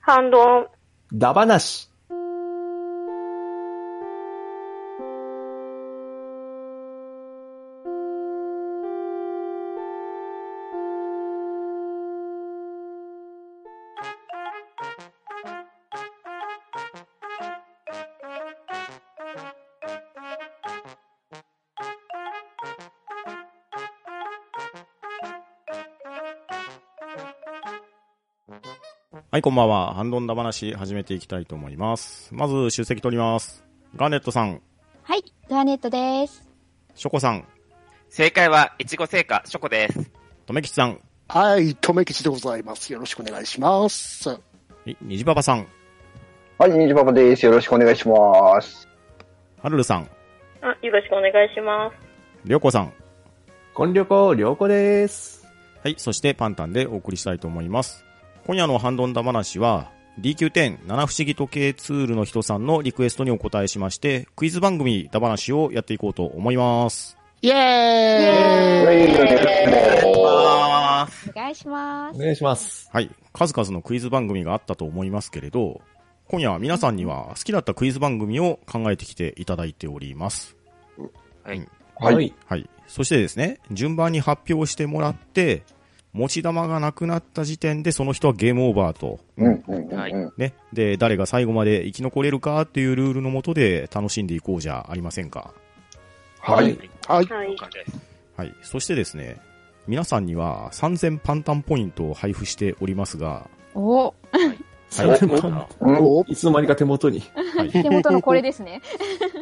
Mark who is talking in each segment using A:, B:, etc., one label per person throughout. A: 反論。
B: ダバなし。
C: はい、こんばんは。ハンドンダ話始めていきたいと思います。まず、出席取ります。ガーネットさん、
D: はい、ガーネットです。
C: ショコさん、
E: 正解は、いちご製菓、ショコです。
C: とめきちさん、
F: はい、とめきちでございます。よろしくお願いします。
C: いにじばばさん、
G: はい、ニジパパです。よろしくお願いします。
C: はるるさん、
A: あ、よろしくお願いします。
C: りょうこさん。
B: こんりょこ、りょうこです。
C: はい、そしてパンタンでお送りしたいと思います。今夜のハンドンダ話は、DQ10 七不思議時計ツールの人さんのリクエストにお答えしまして、クイズ番組ダ話をやっていこうと思います。
F: イェーイ
G: はい、お願いし
E: あ
D: お願いしま
B: お
D: す。
B: 願いします。
C: はい。数々のクイズ番組があったと思いますけれど、今夜は皆さんには好きだったクイズ番組を考えてきていただいております。
G: はい
B: い。
C: はい。そしてですね、順番に発表してもらって、持ち玉がなくなった時点でその人はゲームオーバーと。
G: うん、うん、うん。
E: はい
G: うん
C: ね。で、誰が最後まで生き残れるかっていうルールのもとで楽しんでいこうじゃありませんか。
E: ー。
F: はい。はい。
A: はい。
E: 感じです。
C: はい。そしてですね、皆さんには3000パンタンポイントを配布しておりますが、
D: お
B: 3000パン
G: うん
F: お
B: いつの間にか手元に。
C: はい。
D: 手元のこれですね。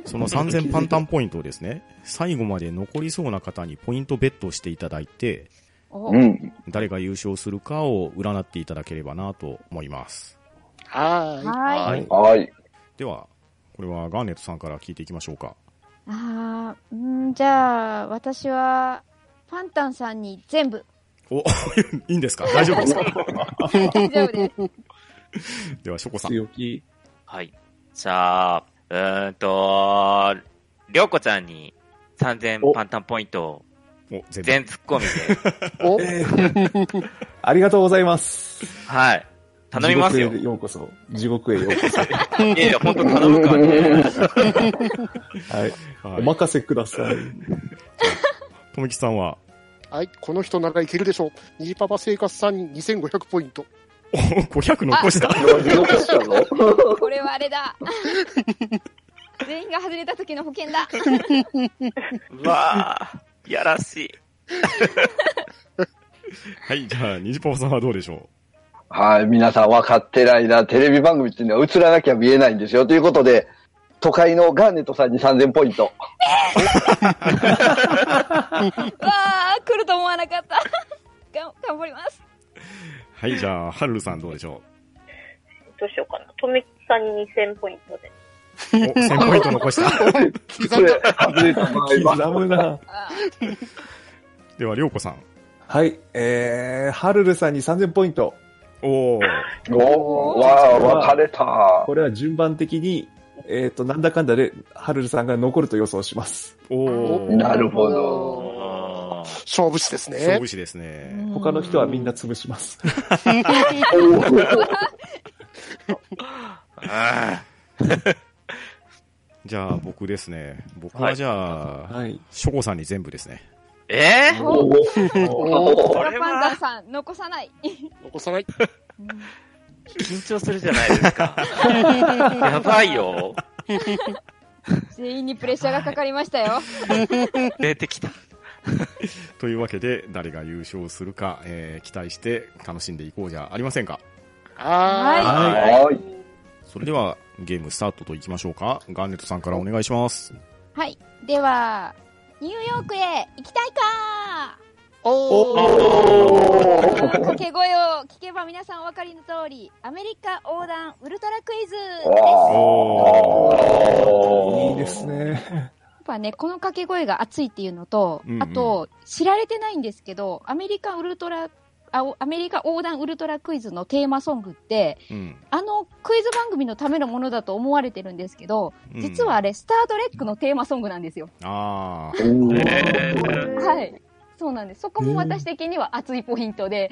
C: その3000パンタンポイントをですね、最後まで残りそうな方にポイントベットしていただいて、
D: お
G: うん。
C: 誰が優勝するかを占っていただければなと思います。
F: は
D: は。
B: はいい。
G: はい。
C: では、これはガーネットさんから聞いていきましょうか。
D: あーんーじゃあ、私は、パンタンさんに全部。
C: お、いいんですか大丈夫ですか
D: 大丈夫です。
C: では、ショコさん。
B: 強気。
E: はい。じゃあ、うーんと、りょうこちゃんに3000パンタンポイントを
C: お、全然。
E: 全ツッコミで、
F: い。お、
B: ありがとうございます。
E: はい。頼みます
B: 地
E: よ
B: 獄。へようこそ。地獄へようこ
E: いやいや、ほんと頼むからね。
B: そ。はい。
C: は
B: お
C: い。
B: 任せください。
C: とめきさんは、
F: はい。この人ならいけるでしょう。ニジパパ生活さんに2500ポイント。
C: お、500残した。
G: 残したの
D: これはあれ だ。全員が外れた時の保険だ。
E: うわぁ、いやらしい。
C: はい、じゃあ、ニジパパさんはどうでしょ
G: はい、皆さん分かってないな。テレビ番組っていうのは映らなきゃ見えないんですよ。ということで、都会のガーネットさんに3000ポイント。
D: わあ、来ると思わなかった。がん頑張ります。
C: うはい、じゃあ、ハルルさんどうでしょ
A: どうしようかな。とめきさんに2000ポイントで。
C: うお、1000ポイント残した。
G: それ、外れた場合は。
B: 刻むな。
D: あ
C: では、りょうこさん。
B: はい。えー、はるるさんに3000ポイント。
C: おー。
G: おー、わー、分かれた。
B: これは順番的に、えっ、と、なんだかんだで、はるるさんが残ると予想します。
C: おー。
G: なるほ
D: ー
G: ど。
E: あー
F: 勝負師です
C: 勝
F: ね
C: 負。師ですね。
D: ー
B: 他の人はみんな潰します。
G: おー
E: あ
C: じゃあ僕ですね。僕
E: は
C: はいじゃあ、
B: はい。
C: ショコさんに全部ですね。
E: ーえー
D: お
G: お
D: これはパンタンさん、残さない。
F: 残さない。
D: うん
E: 緊張するじゃないです か。やばいよ。
D: 全員にプレッシャーがかかりましたよ。
E: 出てきた。
C: というわけで、誰が優勝するか、えー期待して楽しんでいこうじゃありませんか。
F: は
D: は
G: はい。
C: それでは、ゲームスタートといきましょうか。ガーネットさんからお願いします。
D: はい。では、ニューヨークへ行きたいか
F: い。おー。
D: この掛け声を聞けば皆さんお分かりの通り、アメリカ横断ウルトラクイズです。
B: い
D: や
G: お
B: いですね。
D: っぱね、この掛け声が熱いっていうのと、
C: うんうん
D: あと、知られてないんですけど、アメリカウルトラ、あアメリカ横断ウルトラクイズのテーマソングって、
C: うん。
D: あのクイズ番組のためのものだと思われてるんですけど、
C: うん
D: 実はあれ、スタートレックのテーマソングなんですよ。
C: あ
G: ー。
E: えー
D: はい。そうなんです。そこも私的には熱いポイン トで、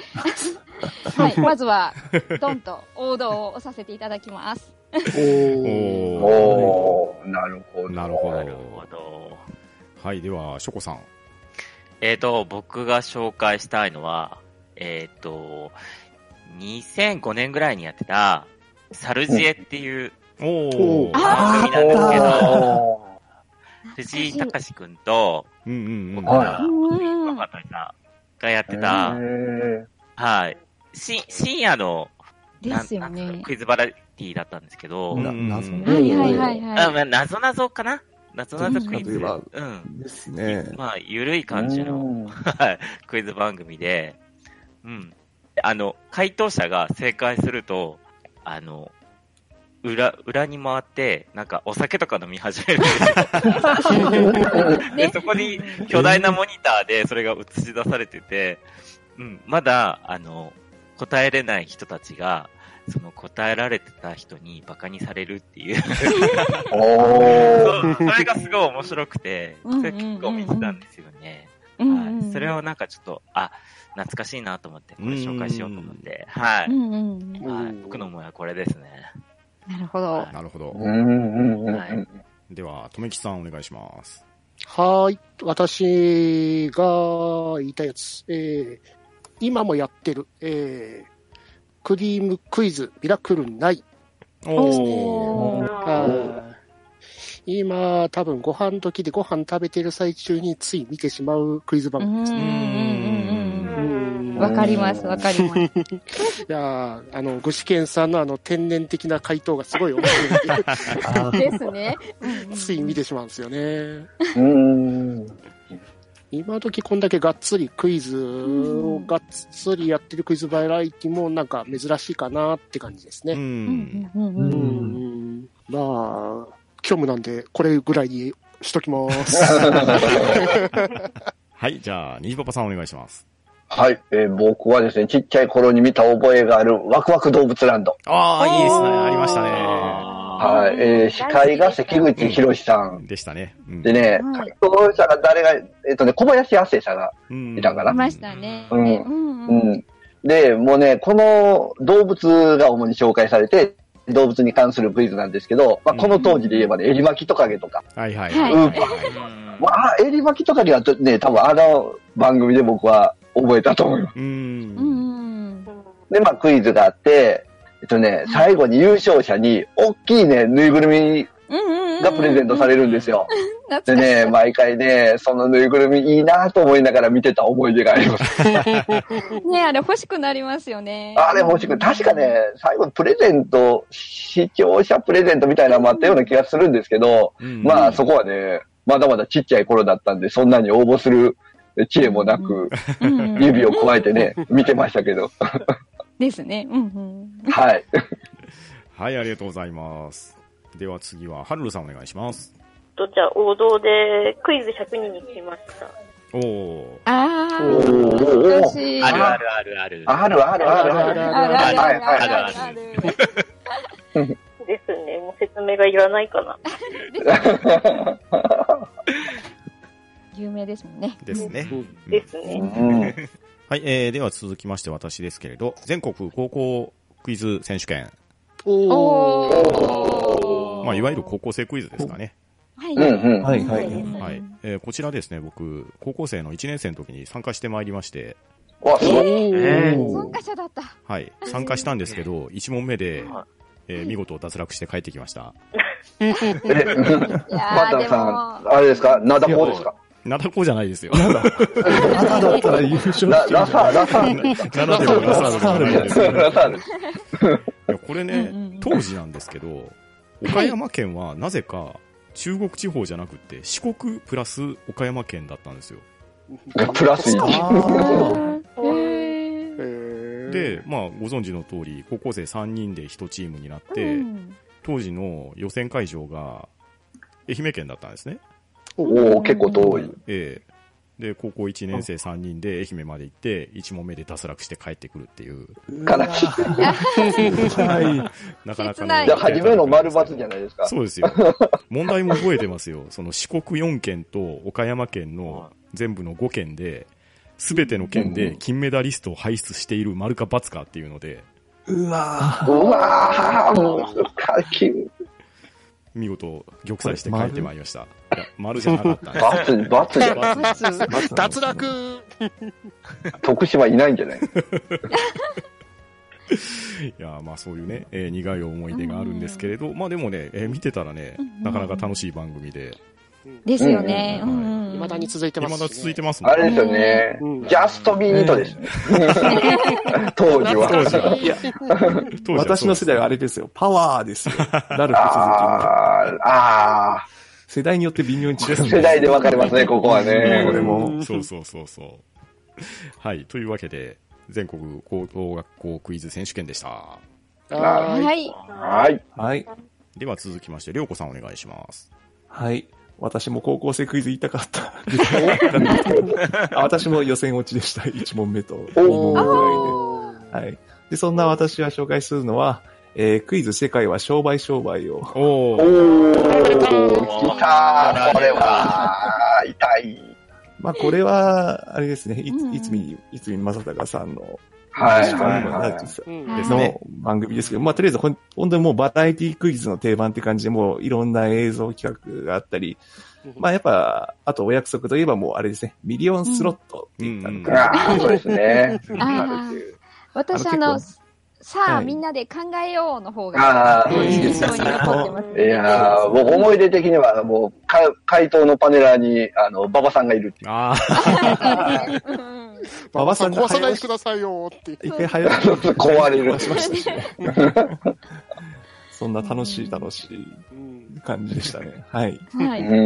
D: はい、まずは、ドンと王道を押させていただきます。
F: おお。
C: お
G: おー、なるほど。
C: ーなるほ
E: なるほ
C: ど。
E: ど。
C: はい、では、ショコさん。
E: えっ、と、僕が紹介したいのは、えっ、と、2005年ぐらいにやってた、サルジエっていう
C: お
F: おー
E: 番組なんですけど、
G: お
E: 藤井隆くんと、
C: うんうんうん。
E: 僕ら、
D: うん
E: 若鳥さんがやって
G: ー
E: た、
G: へ
E: はい。し、深夜の、
D: で
E: なん
D: すよ
E: なん
D: ね
E: か。クイズバラエティだったんですけど、
C: うん
B: な、謎
C: うん
B: の
D: はいはいはい
E: あ
D: はい。
E: まあ、なぞなぞかななぞなぞクイズ。
B: どっちか
E: うん。
B: ですね。
E: まあ、ゆるい
G: ー
E: 感じの、
G: うん
E: はいクイズ番組で、うん。あの、回答者が正解すると、あの、裏、裏に回って、なんかお酒とか飲み始めるんですよ。で、そこに巨大なモニターでそれが映し出されてて、うん、まだ、あの、答えれない人たちが、その答えられてた人に馬鹿にされるっていう、
G: おー。
E: そうそれがすごい面白くて、それ結構見てたんですよね。
D: うんうん
E: はい、それをなんかちょっと、あ、懐かしいなと思って、これ紹介しようと思って、は
D: う
E: い。
D: んうん。
E: はい、
F: うん
E: 僕の思いはこれですね。
D: なるほど。
C: なるほど。
G: うんうんうん
E: はい
C: では、とめきさんお願いします。
F: はーい。私が言いたいやつ。えー、今もやってる、えー、クリームクイズ、ミラクルない。
C: おー。
D: おー
F: はい今、多分ご飯時でご飯食べてる最中につい見てしまうクイズ番
D: うんうんう
F: 組。
D: んうん
F: うん
D: うん。わかります、わかります。
F: いやーあの、具志堅さんのあの天然的な回答がすごい面白いんで
D: ですね。うんうん
F: つい見てしまうんですよね。
G: うん。
F: 今時こんだけがっつりクイズをがっつりやってるクイズバラエティもなんか珍しいかなって感じです
C: う
F: ね。
C: ん。
D: うんうんうん
F: うんまあ、虚無なんで、これぐらいにしときます。
C: はい、じゃあ、にじパパさんお願いします。
G: はい、えー僕はですね、ちっちゃい頃に見た覚えがあるワクワク動物ランド。
C: ああ、いいですね。
D: おー
C: ありましたね。
E: あ
G: はい、えー司会が関口博さん。
C: でしたね。うん
G: で、
D: は
G: ね、
D: い
G: 関口博さんが誰が、えっとね、小林亜生さんが、
C: うん
G: いたかない
D: ましたね。
G: うん
D: ん
G: う
D: うん
G: ん。で、もうね、この動物が主に紹介されて、動物に関するクイズなんですけど、まあ、この当時で言えばね、エリマキトカゲとか、
C: はいはい。
D: はい
E: ー
C: は
E: うん
G: まあ、エリマキトカゲはちょっとね、多分あの番組で僕は覚えたと思います。
C: い。う。
D: うんん
G: で、まあ、クイズがあって、えっとね、最後に優勝者に、大きいね、ぬいぐるみ
D: うん。
G: がプレゼントされるんですよ。
D: 懐か
G: で
D: しい
G: ね、毎回ね、そのぬいぐるみいいなと思いながら見てた思い出が あります。
D: ねあれ欲しくなりますよね。
G: あれ欲しく、確かね、最後プレゼント、視聴者プレゼントみたいなのもあったような気がするんですけど、
C: うん
G: まあそこはね、まだまだちっちゃい頃だったんで、そんなに応募する知恵もなく、
D: うんうん。
G: 指を加えてね、見てましたけど。
D: ですね。うんうん。
G: はい。
C: はい、ありがとうございます。では次は、はるるさんお願いします。
A: と、じゃあ、王道で、クイズ100人に来ました。
C: おー。
D: あー、
G: おーおーおー
D: 私。
E: あるあるあるある。
G: あるあるあるある。
D: あるあるあるあるあるある。
A: ですね。もう説明がいらないかな。
D: 有名ですもんね。
C: ですね。
A: です
G: う
A: ね。
G: ん
C: はい、えー、では続きまして私ですけれど、全国高校クイズ選手権。
F: おー
D: おー。
C: まあ、いわゆる高校生クイズですかね。
D: はい。
G: うんうん
B: はいはい。
C: はい。えー、こちらですね、僕、高校生の1年生の時に参加してまいりまして、
G: わ、すごい。
E: えー
D: 参加者 だった。
C: はい、参加したんですけど、1問目で、
E: は
C: えー見事脱落して帰ってきました。
G: え、
D: いや
G: パン
D: ー、
G: ダ
D: で
G: さ
D: も、
G: ん、あれですかナダコですか
C: なだこじゃないですよ。
B: あなただったら優勝
G: ララサー、ラサール。
C: なだでもラサールじゃないです よ。
G: ラサール。
C: いやこれね、
D: うんうんうん
C: 当時なんですけど、岡山県はなぜか中国地方じゃなくて四国プラス岡山県だったんですよ。
G: プラス1。
B: あ
D: へー
C: で、まあご存知の通り、高校生3人で1チームになっ
D: う
C: て、
D: ん
C: 当時の予選会場が愛媛県だったんですね。
G: おお結構遠い。
C: ええで、高校1年生3人で愛媛まで行って、1問目で脱落して帰ってくるっていう、
G: 悲しい。
B: ーはい。
C: なかなか
D: 切ない
G: じゃあ、初めの丸抜じゃ
C: ない
G: ないですか。
C: そうですよ。問題も覚えてますよ。その四国4県と岡山県の全部の5県で、すべての県で金メダリストを輩出している丸か×かっていうので、
B: うわ
G: うわー、もう、かき、
C: 見事、玉砕して帰ってまいりました。いや、丸じゃなか ったね。
G: バツ、バツじゃない
C: バツ
D: ツ
B: ぁ
F: 脱落
G: 徳島いないんじゃない
C: いや、まあそういうね、えー苦い思い出があるんですけれど、まあでもね、えー見てたらね
D: うんうん、
C: なかなか楽しい番組で、
D: ですよね。
C: う
D: うんんうん。
F: 未だに続いて
C: いや
F: ま
C: ますだ続いて
F: ま
C: ますもん
G: あれですよね。ジャストビートですね。当時は。
C: 当時は。
F: いや、
C: 当時は
B: 私の世代はあれですよ。パワーですよ。なると
G: あー、あー。
B: 続き。世代によって微妙に違うん
G: 世代で分かれますね、ここは
B: これ
G: ね。
B: も
C: そうそうそうそう。はい、というわけで、全国高等学校クイズ選手権でした。
F: はーい
D: はい。
G: はい。
B: はい。
C: では続きまして、りょうこさんお願いします。
B: はい。私も高校生クイズ言いたかった。あ私も予選落ちでした。1問目と2問目
G: お
B: ぐ
F: おー
B: らいで。はい。で、そんな私が紹介するのは、えークイズ世界は商売商売を。
C: お
G: お
C: ー、
G: ー、きたー、これは、痛い。
B: まあ、これは、あれですね。い
D: うん
B: つ、いつみ、いつみまさたかさんの、
G: はい、
B: 確
G: は
B: か
G: い、
B: に
G: はい。
F: うん
D: はい
C: ですね
B: の番組ですけど、まあ、とりあえずほん、本当にもうバラエティクイズの定番って感じで、もういろんな映像企画があったり、まあ、やっぱ、あとお約束といえばもうあれですね、ミリオンスロットって言ったのが、
G: あー、そうですね。
D: あー私、あ
B: あの
D: の、
B: 結
D: さ
B: は
D: あ、
B: い
D: みんなで考えようの方が、
G: あ
F: ーいいですね
D: 非常に残ってます
G: いやー、僕思い出的には、もう、か回答のパネラーに、あの、馬場さんがいるっていう。
C: あ
D: うんうん
B: 馬場さんが
F: 壊さないでくださいよーって。
B: 一回早く
G: 壊れる。
B: しましたしね、そんな楽しい楽しい
F: うん
B: 感じでしたね。はい。
D: は
G: う
D: い
G: ん。うんう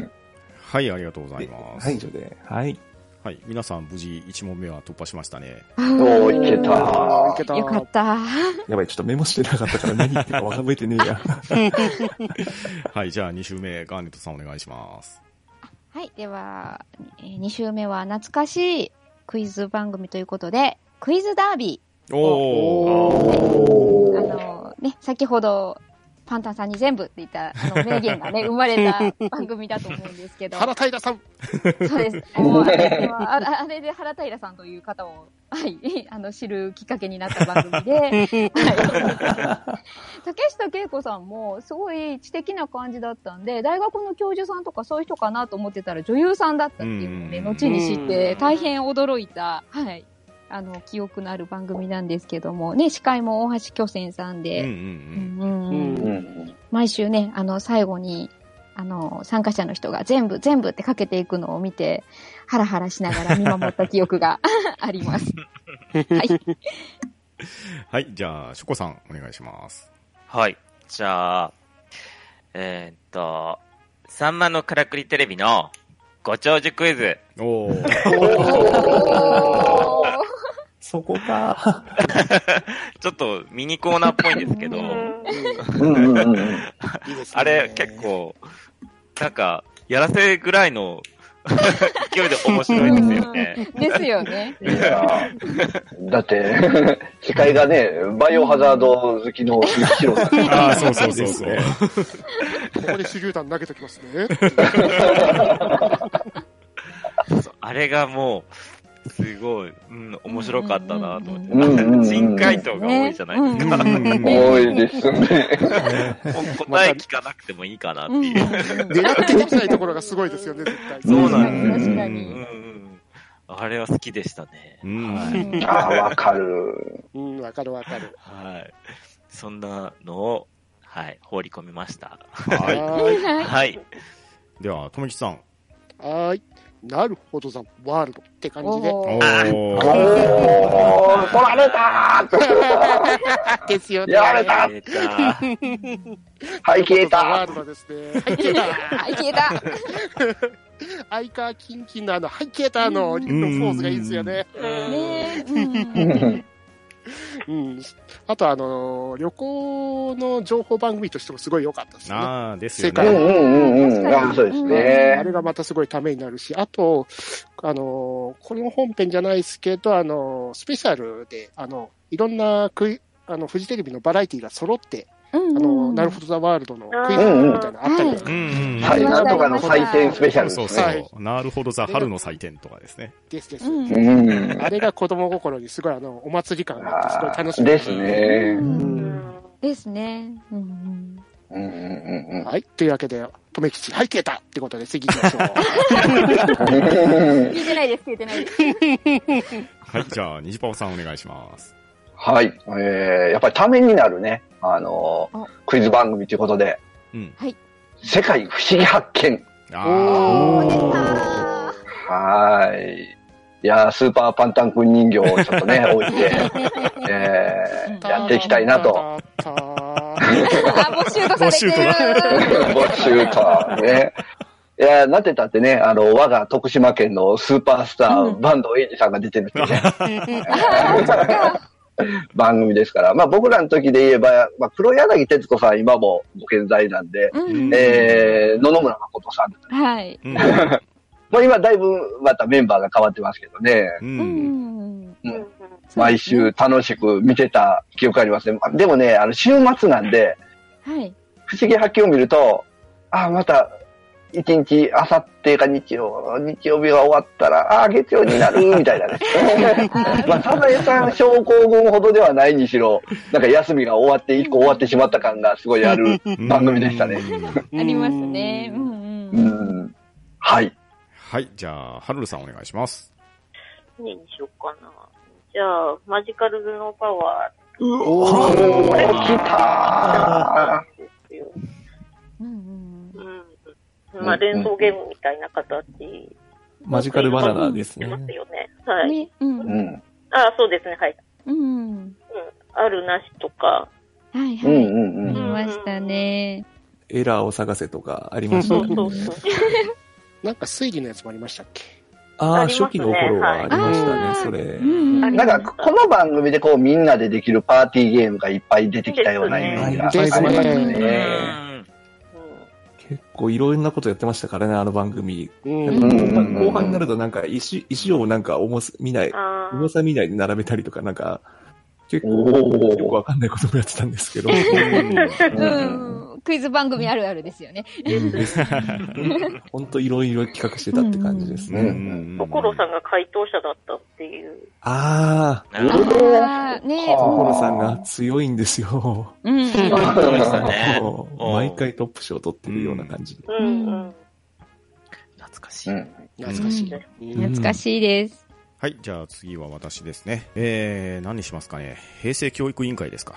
G: ん。
C: ーはい、ありがとうございま
B: は、
C: す。はい
B: 以
C: い、
B: 上で。はい。
C: 皆さん無事1問目は突破しましたね。
G: おー、いけた
F: あーいけた
D: よかった。
B: やばい、ちょっとメモしてなかったから何言ってるか覚えてねえや。
C: はい、じゃあ2周目、ガーネットさんお願いします。
D: はい。では、えー、2週目は懐かしいクイズ番組ということで、クイズダービ
C: おー、
D: ー。あの、ね、先ほど、パンタンさんに全部って言った、あの、名言が ね、生まれた番組だと思うんですけど。
F: 原平さん。
D: そう です。もうあれはあああれで原平さんという方を、はい、あの、知るきっかけになった番組 で、はい竹下恵子さんも、すごい知的な感じだったんで、大学の教授さんとかそういう人かなと思ってたら女優さんだったっていうので、
C: うん
D: 後に知って、大変驚いた、はい、あの、記憶のある番組なんですけども、ね、司会も大橋巨泉さ
C: う
D: ん
C: んう
D: で、
C: ん
D: うんうんうん
G: うんうん。
D: 毎週ね、あの、最後に、あの、参加者の人が全部、全部ってかけていくのを見て、ハラハラしながら見守った記憶が あります。はい。
C: うん。はい、じゃあ、ショコさんお願いします。
E: はい。じゃあ、えーっと、さんまのからくりテレビのご長寿クイズ。
C: おー、
D: おー
B: そこか。
E: ちょっとミニコーナーっぽいんですけど
D: う、
G: うんうんうんうん。
F: いいですね
E: あれ結。構、なんか、やらせぐらいの 勢いで面白いんですよね。
D: ですよね。
G: いやーだって、司会がね、バイオハザード好きのヒロさ ん。
C: あー、そうそうそうそう。
F: ここで手榴弾投げときますね。
E: そうあれがもう、すごい、うん、面白かったなと
G: うん
E: 思
G: う
E: っ
G: ん
E: て。
G: うんうん
E: 人回答が多いじゃないです
C: う
E: か。
C: んうんうん
G: 多いですね。
E: もう答え聞かなくてもいいかなって
D: うん
E: いう。
F: 狙ってできないところがすごいですよね、絶対。
E: そうなん
D: です
C: 確か
D: 確か
E: うんう
D: に
C: に。
E: んあれは好きでしたね。
C: うん
E: は
D: う
E: い。
D: ん
G: ああ、わかる。
F: うん、わかるわかる。
E: はい。そんなのを、はい、放り込みました。
C: は
F: はーい。
E: はい。
C: い。では、ともきちさん。
F: はーい。なるほど、ザ・ワールドって感じで。
D: お
C: お
D: ー
G: お
C: ー。
G: ー、取られた
F: ですよ
G: ーやられた
E: えーじゃあ
G: はい、消え
F: ワ
G: た
F: ールドですね。はい、消 えた
D: はい、消えた。
F: アイカーキンキンのあの、はい、消えたの、リンのポーズがいいですよね。
D: ねえうん
F: うん。あと、あのー、旅行の情報番組としてもすごい良かったですね。あ
C: あー、ですよ
F: 正
G: うん
F: 解
C: ね。
G: うんうんうん。ああ、そうですね
F: れ。がまたすごいためになるし、あと、あのー、この本編じゃないですけど、あのー、スペシャルで、あの、いろんなクイあの、フジテレビのバラエティが揃って、
D: うん
F: あ
D: うんう
F: の、
D: ん
F: なるほどザワールドのクイズ
G: うんうん
F: みたいなのあったりとか、
C: うんうんうん
G: はい。
D: うん
G: なんとかの祭典スペシャル
C: そう
G: です
C: そう、
G: ね。
F: はい
C: なるほどザ春の祭典とかですね。
F: ですです。
D: うん
G: うん。
F: あれが子供心にすごいあの、お祭り感があって、すごい楽しみ
G: です。ね。
D: う
F: うんん。
D: ですね。うんうん
G: うんうんうん
F: はい。というわけで、とめきち、はい、消えたってことで次行き ましょう。
G: うん。
D: 聞いてないです、聞いてないです。
C: はい、じゃあ、虹パパさんお願いします。
G: はい。えー、やっぱりためになるね、あのー
D: お
G: クイズ番組ということで、
C: うん。
G: 世界不思議発見。
C: あ
F: おー
C: ー
G: はーい。いやースーパーパンタン君人形をちょっとね、置いて、えー、やっていきたいなと。。
D: あ、募集とされてる。
G: 募集か。ね。いやーなんて言ったってね、あの、我が徳島県のスーパースター、
D: うん
G: バンドエイジさんが出てるっていうね、
D: あ
G: 番組ですから、まあ僕らの時で言えば、まあ黒柳徹子さん今もご健在なんで、
D: ーう
C: ん
D: ん
G: えー、野々村誠さんだったり
D: はい。
C: うん
G: もう今だいぶまたメンバーが変わってますけどね、
C: うんう
D: う。
C: ん。
D: ん。
G: 毎週。楽しく見てた記憶ありますね。でもね、あの週末なんで、
D: はい。
G: 不思議発見を見ると、ああ、また、一日、あさってか日曜、日曜日が終わったら、ああ、月曜にな る、みたいなね。 まあ、サザエさん症候群ほどではないにしろ、なんか休みが終わって、一個終わってしまった感がすごいある。 番組でしたね
C: うん
D: ありますね。うん
G: う
D: うん。
G: ん。はい。
C: はい、じゃあ、ハルルさんお願いします。
A: 何にしようかな。じゃあ、マジカル頭脳パワ
G: おー、来た
A: ーですよ。
D: うんうん
A: うん。まあ、連想ゲームみたいな形。
B: マジカルバナナです
A: し
B: ね
A: ま。すよね。はい。
D: ね、うん
G: ー。うん。
A: ああ、そうですね。はい。
D: うん。
A: あるなしとか。
D: はいは
G: うん
D: い。
G: うんう
D: あ
G: ん
D: り。ましたね。
B: エラーを探せとかありまし
A: そう
B: た
A: そう
B: ね
A: そ。う。
F: なんか推理のやつもありましたっけ
B: ああ、
A: ありますね
B: 初期の頃はありましたね、それ。
D: うん
G: なんか、この番組でこう、みんなでできるパーティーゲームがいっぱい出てきたようなイメージがあります
F: です
D: ね
G: ね。
B: 結構いろんなことやってましたからね、あの番組。
F: うん
B: やっぱ後半後半になるとなんか石、石をなんか重す、見ない、
A: ああ
B: 重。さ見ないで並べたりとかなんか、結構、
G: おー
B: よくわかんないこともやってたんですけど。
D: うん。クイズ番組あるあるですよね。
B: ほんといろいろ企画してたって感じですね。
A: 所さんが回答者だったっていう。
B: ああ、
E: なるほど。
D: ああ、ね
G: あー
B: 所さんが強いんですよ。
D: うん。
E: そうでしたね。
B: もう
E: おー
B: 毎回トップ賞を取ってるような感じで。
A: うんうん。
E: 懐かし
G: う
E: い。
G: ん
F: 懐かしい。
D: 懐かしいです。
C: はい、じゃあ次は私ですね。えー、何にしますかね。平成教育委員会ですか。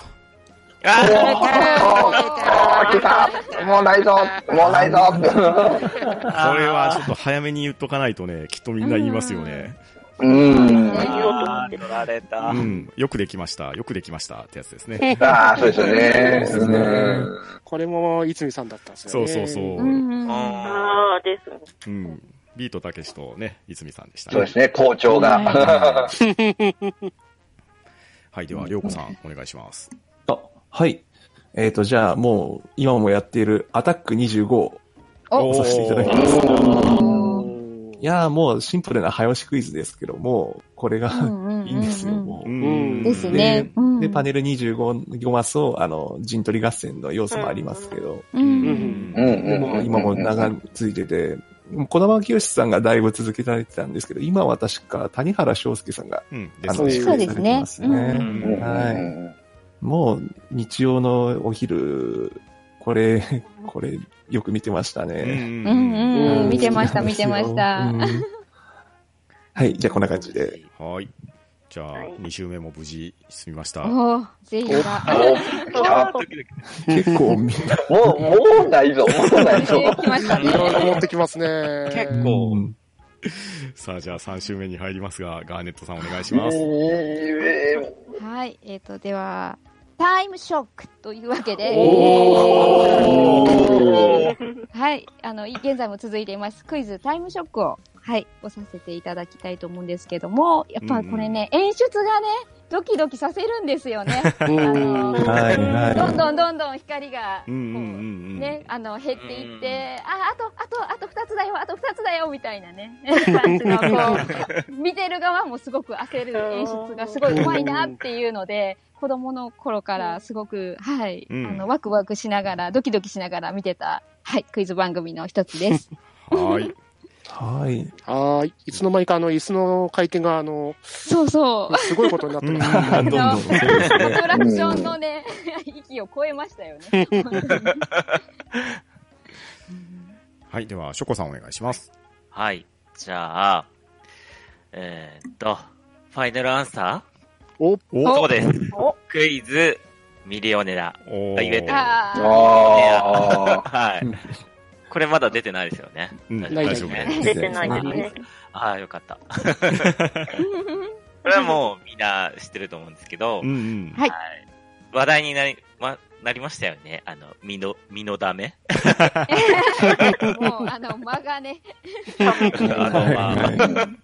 E: あ
G: あー、来たもうないぞもうないぞ
C: これはちょっと早めに言っとかないとね、きっとみんな言いますよね。
G: うん。
E: あー、乗られた
C: う。ん。よくできました、よくできましたってやつですね。
G: ああ、そうですよね。
B: そうですね
G: うん
F: これも、泉さんだったんです
C: そ
F: よ
C: う
F: ね。
C: そうそう。
D: う。
C: うん
A: ああ、ですね。
C: ん。ビートたけしとね、泉さんでした
G: そうで
C: ね。
G: すね、校長が。
C: はい、では、りょうこさん、お願いします。
B: あ、はい。えっ、と、じゃあもう、今もやっているアタック25を
D: お
B: させていただきます。
D: お
B: いやーもうシンプルな早押しクイズですけども、これがいいんですよ、もう。
F: ん
D: ですね。
B: で、パネル25のマスを、あの、陣取り合戦の要素もありますけど、
C: う
D: う。
C: んん
G: うん
B: もう今も長ついてて、児玉清さんがだいぶ続けられてたんですけど、今は確か谷原章介さんが、
C: うん。で
B: あ
C: す
B: の、
C: ね。
D: そうですね
B: 出演されてます
E: う
B: ね。
G: うん
E: ん
B: はもう日曜のお昼、これ、これ、よく見てました
C: う
B: ね。
C: ん
D: う。んうん。見てました、
B: 好
D: 見
B: き
D: て
B: な
D: ま
B: んですよ
D: した。
B: うんはい、じゃあこんな感じで。
C: はい。じゃあ、2周目も無事進みました。
D: おー、全員が。
G: お来た
B: 結 構みんな、
G: もう、もうないぞ、もうないぞ。
D: 来ました
F: いろいろ
D: ね。
F: 持ってきますね。
E: 結構
B: うん
C: さあ、じゃあ3周目に入りますが、ガーネットさんお願いし
G: え
C: ます。
G: ー
D: はい。えっと、では、タイムショックというわけで、
G: おー
D: はい。あの、い現在も続いています。クイズタイムショックを、はい、をさせていただきたいと思うんですけども、やっぱこれね、演出がね、ドキドキさせるんですよね。
F: うん
D: あの
B: はいはい
D: どんどんどんどん光が、
C: う
D: こうん
C: うんうんうん。
D: ね、あの、減っていっ
E: うん
D: て、あ、あと、あと、あと2つだよ、あと2つだよ、みたい なね、感じの、こう、見てる側もすごく焦る演出がすごい怖いなっていうので、子供の頃からすごく、はい、あ
C: うん
D: の、ワクワクしながら、ドキドキしながら見てた、はい、クイズ番組の一 つです。
C: はい。
B: はい。
F: はーい。いつの間にか、あの、椅子の回転が、あの、
D: そうそう。
F: すごいことになってます。
B: どんどんそうです
D: ア
B: ね。
D: トラクションのね、域を超えましたよね。
C: はい。では、ショコさんお願いします。
E: はい。じゃあ、えーっと、ファイナルアンサ
F: お、
E: ー
C: お
E: そうです。
A: お
E: クイズ、ミリオネラ。
C: お
E: 言えてる
D: あ
G: あ
E: は
B: うん
E: い。これまだ出てないですよね。
C: うん
E: 大丈夫
C: 大
E: ですね。
A: 出てないですね。
E: ああ、よかった。これはもうみんな知ってると思うんですけど、
C: うんうん。
D: はい
E: 話題になり、ま、なりましたよね。あの、身の、身のダメ
D: ー もう、あの、間がね、
E: あの、まあ、
B: はいはい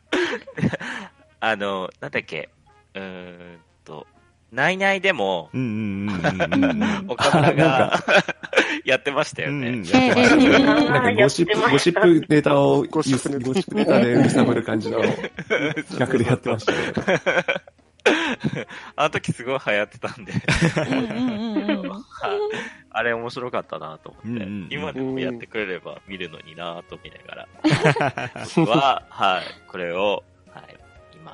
E: あの、なんだっけ、うーんと、ないないでも、
C: うんうんうんうんうんうん。
E: 岡村が やってましたよ
C: うんうん
E: ね。
C: やってましたね
A: あーや
B: ゴ
A: っ
B: シ
A: て
B: ップ、
A: ま
B: ゴシ
A: し
B: ッ
A: た。
B: プネタを、
F: ゴシップネタ
B: ゴシップネタで揺さぶる感じの企画でやってましたね。
E: あの時すごい流行ってたんで、
D: うんうんうんうん。
E: はいあれ面白かったなと思って、
C: うんうんうん
E: 今でもやってくれれば見るのになと見ながら、僕は、はい、これを、はい、今、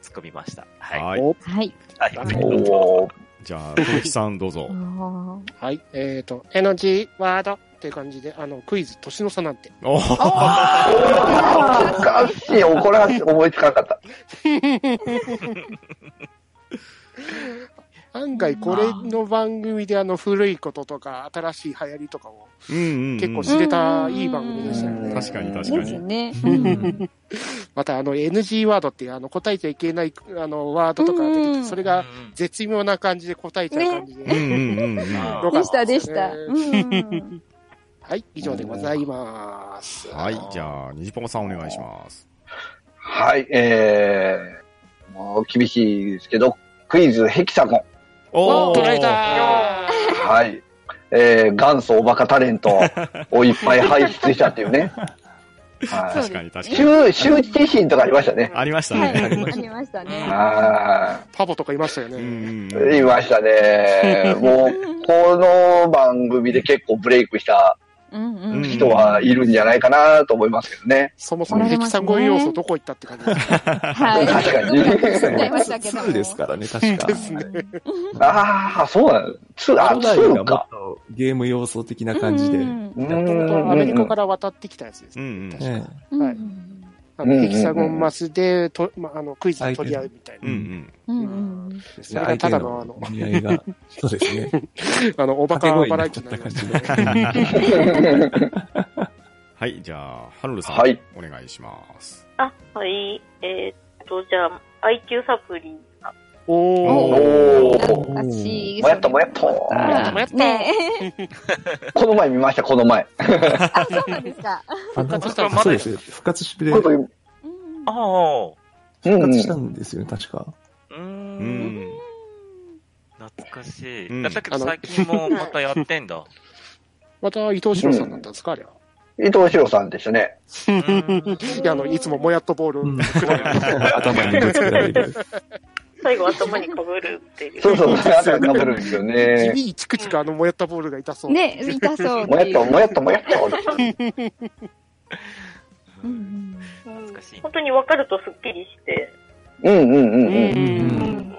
E: 突っ込みました。はい。
C: はい。
F: お、
D: はい。
E: はい
G: あ。おー
C: じゃあ、トキさんどうぞ。
D: お
F: はい。えっ、と、エナジーワードっていう感じで、あの、クイズ、年の差なんて。
C: おー
G: 懐かしい。怒らし、思いつかなかった。
F: 案外、これの番組で、あの、古いこととか、新しい流行りとかを
C: うんうんうん。
F: 結構知れた、
D: うん
F: いい番組でしたよ
G: うん
F: ね。
C: 確かに確
D: で
C: か
D: す
C: に。
D: ね。
F: また、あの、NG ワードっていう、あの、答えちゃいけない、あの、ワードとかが出てき
D: うん
F: て、それが絶妙な感じで答えちゃう感じで。
C: うんうんうんうん。
E: あ
F: よ
D: で
F: かっ
D: した、で
F: で
D: し
F: すね
D: た。うん。
F: はい、以上でございます。
C: はい。じゃあ、ニジパパさんお願いします。
G: はい、えー、もう厳しいですけど、クイズヘキサゴン。
F: お捉え
A: ー
F: た
G: はい。えー、元祖おバカタレン トをいっぱい輩出したっていうね。
D: そう
G: は
C: 確かに確
G: い。
C: かに。
G: 周、周知心とかありましたね。
C: ありました
D: は
C: ね。
D: い、ありましたね。
G: は
F: パボとかいましたよ
C: うん
F: ね。
C: うんうん
G: い。いました ね。もう、この番組で結構ブレイクした
D: うんう
C: うん
D: ん。
G: 人はいるんじゃないかなと思いますけどね。
F: そもそもヘキサゴン要素どこ行ったって感じです
D: はい。
G: 確かに
D: 知っちゃいましたけど
B: 2
D: も。
B: ですからね、確か。
F: ですね。
G: ああ、そうなの。つ、あ、
B: 初代がも
G: 通
B: っと
G: か。
B: ゲーム要素的な感じで。
D: う
B: ね
D: ん
G: う
F: もともとアメリカから渡ってきたやつです
C: う。んうん。
B: え
D: うん
F: はいあ
G: うん
F: のヘキサゴンマスでと、ま、あの、クイズで取り合うみたい
C: うんうん。
D: うんうん
F: それがただのあの
B: 相手意味合いが、そうですね。
F: な。あの、おバカ
B: 掛け声に
F: バラ
B: な
F: エ
B: っ
F: テ
B: ちゃ
F: ィ
B: っ
F: にな
B: た
F: りま
B: 感
F: し
B: じ
F: た
B: で。
C: はい。じゃあ、ハルルさん。
G: はい。
C: お願いします。
A: あ、はい。えーっと、じゃあ、IQ サプリ。
F: おー。
G: おー。
D: 懐かしい。
G: もやっともやっと。
D: あ
F: もやっと
D: ねえ。
G: この前見ました、この前。
D: あ、そうなんですか。
B: 復
F: 活した
E: の
B: そうですね。復活しで
G: こ
B: 復
G: れう
D: う
G: ん
D: ん
E: ああ、う
G: うん
B: 活したんですよね、確か。
E: ー。
C: うん ん。
E: 懐かし
C: うん
E: い。だったけ
F: あ
E: ど
F: の
E: 最近もまたやってんだ。
F: また、伊藤四郎さんだったんですか、あれは。
G: 伊藤四郎さんでしたね。
E: うん
F: いや、あの、いつももやっとボール。
B: 頭にぶつけられる。
A: 最後頭に被るっていう。
G: そうそう、あとかぶるんですよ
F: 地
G: ね。
F: 味にチクチクあの、もやったボールが痛そう。
D: ね、痛そう
G: もやっと、もや
D: っ
G: っと、もやっと。
E: 懐かしい。
A: 本当に分かるとスッキリして、
G: うんうんうんうん。
B: うん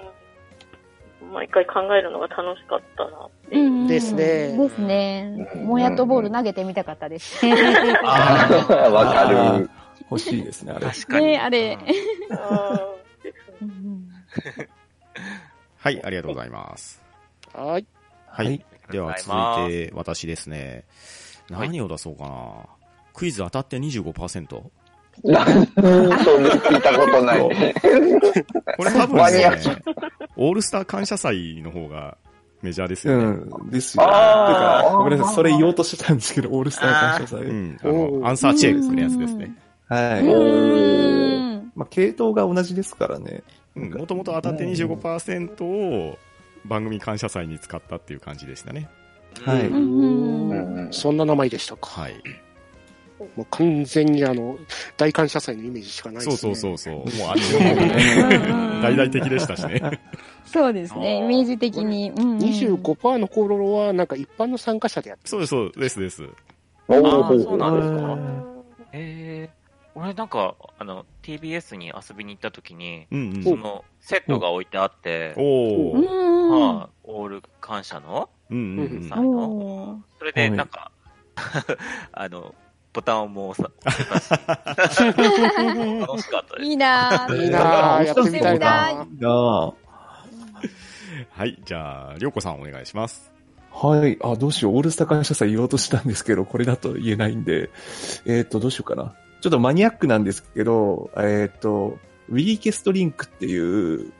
A: 毎回考えるのが楽しかったなっていう。
F: ですね
D: ですね。もやっとボール投げてみたかったです。
E: ああ、
G: わかる。
B: 欲しいですね、あれ。
E: 確かに。
D: ねあれ
E: うん
A: あーですね
C: はい。ありがとうございます。
F: はい。
C: は
B: はいい。
C: では続いて、私ですね。
E: はい
C: 何を出そうかな。クイズ当たって25%。こ
G: なんと聞いたことない。
C: れ多分
G: マニ
C: ね
G: アッ、
C: オールスター感謝祭の方がメジャーです
B: う
C: よね。
B: ん、ですよ。て
G: あー
B: か、ごめんなさい、それ言おうとしてたんですけど、オールスター感謝
C: う
B: 祭。
C: ん。あの
F: おー
C: アンサーチェックのやつですね。
B: は
D: う
B: い。
D: ーん。
B: まあ、系統が同じですからね。
C: うんもともと当たって25%を番組感謝祭に使ったっていう感じでしたね。
B: は
F: う
B: い。
D: うん
F: んそんな名前でしたか。
C: はい。
F: もう完全にあの、大感謝祭のイメージしかない
C: そ
F: で
C: う
F: す、
C: そ
F: ね。
C: うそうそう。もうあっちの方がね、大々的でしたしね。
D: そうですね、イメージ的に。うんうん
F: 25%の頃は、なんか一般の参加者でやって
C: そうです、そうです、です。
G: おー
E: あーそう
B: あ
E: なんですか
B: ー
E: えー、俺なんか、あの、TBS に遊びに行った時に、
C: うんう
E: そ
C: ん。
E: の、セットが置いてあって、
C: お
D: う
C: ー。
D: ん
E: はい、オール感謝の
C: うんうんうん。
E: さ
D: うんん。
E: の、
D: おー
E: それで、
B: はい
E: なんか、 あの、ボタンをもう押さ、楽しかったです。
D: いいなぁ。
F: いいなぁ、や
B: や
F: っ
B: ってて
F: み
B: み
F: た
B: た
F: い
B: い
F: な
D: な
B: あ
C: はい。じゃあ、りょうこさんお願いします。
B: あ。はい。あ、どうしよう。オールスター感謝祭言おうとしたんですけど、これだと言えないんで。えっ、と、どうしようかな。ちょっとマニアックなんですけど、えっ、と、ウィーケストリンクっていう、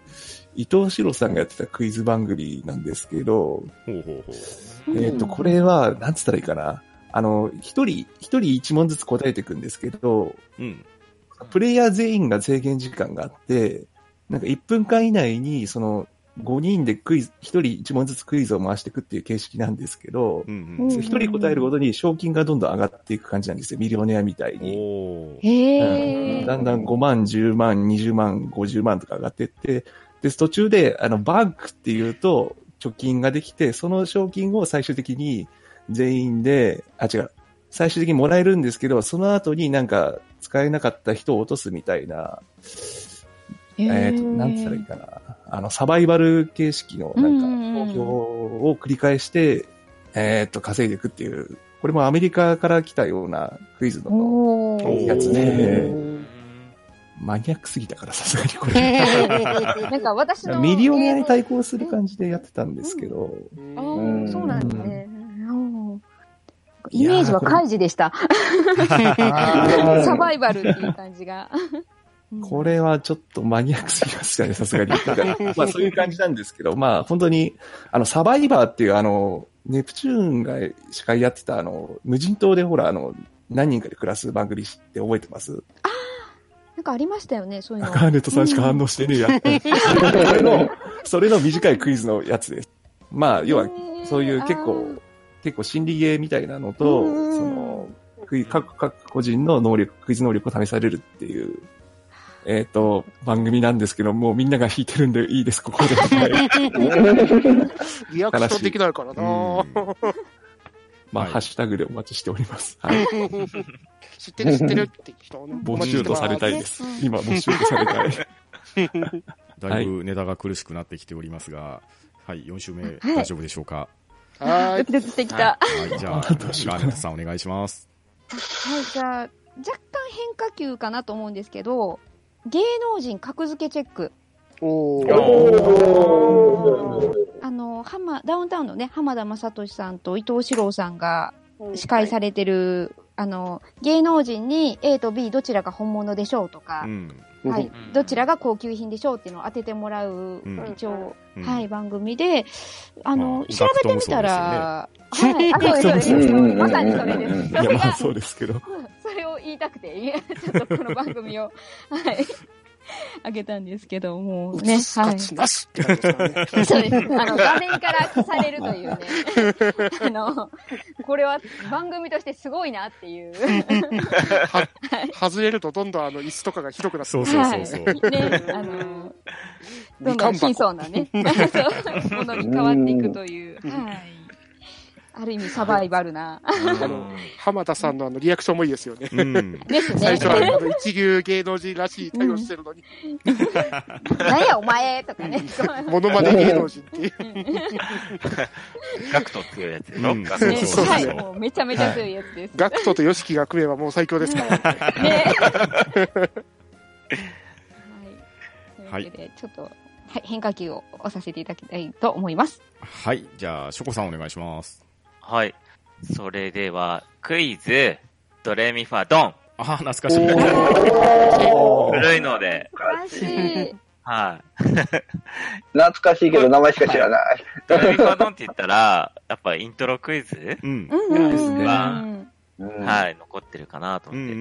B: 伊藤四郎さんがやってたクイズ番組なんですけど、
C: ほうほうほう。
D: うん
B: えっ、と、これは、なんつったらいいかな。あの、一人、一人一問ずつ答えていくんですけど、
C: うん。
B: プレイヤー全員が制限時間があって、なんか1分間以内に、その、5人でクイズ、1人1問ずつクイズを回していくっていう形式なんですけど
C: う、ん
D: う
C: うんん。
B: 1人答えるごとに賞金がどんどん上がっていく感じなんですよ。ミリオネアみたいに。
C: おー。
D: へ
B: うん
D: ぇ
B: だんだん5万、10万、20万、50万とか上がってって、で、途中で、あの、バッグっていうと、貯金ができて、その賞金を最終的に全員で、あ、違う、最終的にもらえるんですけど、その後になんか使えなかった人を落とすみたいな、えっ、と、なんつったらいいかな。あの、サバイバル形式の、な
D: うんうん
B: ん
D: うん
B: か、投票を繰り返して、えっ、と、稼いでいくっていう、これもアメリカから来たようなクイズの
D: おー
B: やつで、
E: うん
B: マニアックすぎたから、さすがにこれ。
D: なんか私の。
B: ミリオネアに対抗する感じでやってたんですけど、
D: あーそうなんですね。おー
B: い
D: イ
B: やー
D: メージは開示でした。
G: ー
D: サバイバルっていう感じが。
B: これはちょっとマニアックすぎました ね、さすがに。なんかまあそういう感じなんですけど、まあ本当に、あの、サバイバーっていうあの、ネプチューンが司会やってたあの、無人島でほら、あの、何人かで暮らす番組って覚えてます
D: なんかありましたよね、そういう
B: あ
D: の。
B: カーネットさんしか反応してねえや。 それの、それの短いクイズのやつです。まあ、要は
D: へ、ー
B: そういう結
D: あ
B: 構
D: ー、
B: 結構心理ゲーみたいなのと、
D: うん
B: その、クイ各、各個人の能力、クイズ能力を試されるっていう、えっ、と、番組なんですけど、もうみんなが弾いてるんでいいです、ここで。
F: リアクションできないからな
C: うん
B: まあ、
C: はい
B: ハッシュタグでお待ちしております。はい。
F: 知ってる知ってるって人を
B: 募集とされたいです。今、募集とされたい。
C: だいぶネタが苦しくなってきておりますが、はい、4週目大丈夫でしょうか。
F: は
D: ド
F: い
D: キ。ドキしてきた。
C: はい、じゃあ、ガーネットさんお願いします。
D: はい、じゃあ、若干変化球かなと思うんですけど、芸能人格付けチェック。
F: お
G: おー
D: あの、浜、ダウンタウンのね、浜田雅俊さんと伊藤史郎さんが司会されてる、あの、芸能人に A と B どちらが本物でしょうとか
C: う、ん。
D: は
F: はい
D: い、どちらが高級品でしょうっていうのを当ててもらう、
C: うん
D: 一応、
C: うん
D: はい、番組で、あ
C: ま
D: の、
C: あ
D: 調べてみたら、 はい、あ、そうです、そうです
G: う
D: そうんです、
G: うんうんうん
D: まさにそれです。
B: いや、
D: それ
B: まあ
D: が、
B: そうですけど。
D: それを言いたくて、い やちょっとこの番組を、はい、あげたんですけど、もうね、
F: ね、
D: はい。
F: なしって感じですからね。
D: そうです。あ の、画面から消されるというね。 あの、これは番組としてすごいなっていう。
F: は外れるとどんどんあの椅子とかがひどくなって
C: そうそうそうそう。
D: はい、ね、あの、どんどん真相なね、そうものに変わっていくという、はい。ある意味サバイバルな。
F: あの浜田さんのあのリアクションもいいですよね。
C: うん。
D: です
F: 最
D: ね
F: 初。はあの一流芸能人らしい対応してるのに、
D: なんやお前と かね。
F: モノマネ芸能人っていう。
E: ガクト強いやつでしょ、
C: うん
E: ガク
C: そう
E: ト
D: ね
C: そうそう
D: はい、もうめちゃめちゃ強いやつです。
F: ガクトとヨシキが組めばもう最強ですから。
D: ね。
C: は
D: はいい。というわけで、ちょっと、はい、変化球を押させていただきたいと思います。
C: はい、じゃあ、ショコさんお願いします。
E: はい。それでは、クイズ、ドレミファドン。
C: あー、懐かしい。
E: 古いので、
D: し
E: はい。
G: 懐かしいけど名前しか知らない。
E: ドレミファドンって言ったら、やっぱイントロクイズ
C: うん。
D: うんうんうん
E: ま
G: は。
E: はいい、残ってるかなと
C: うん
E: 思って。
C: うん
F: う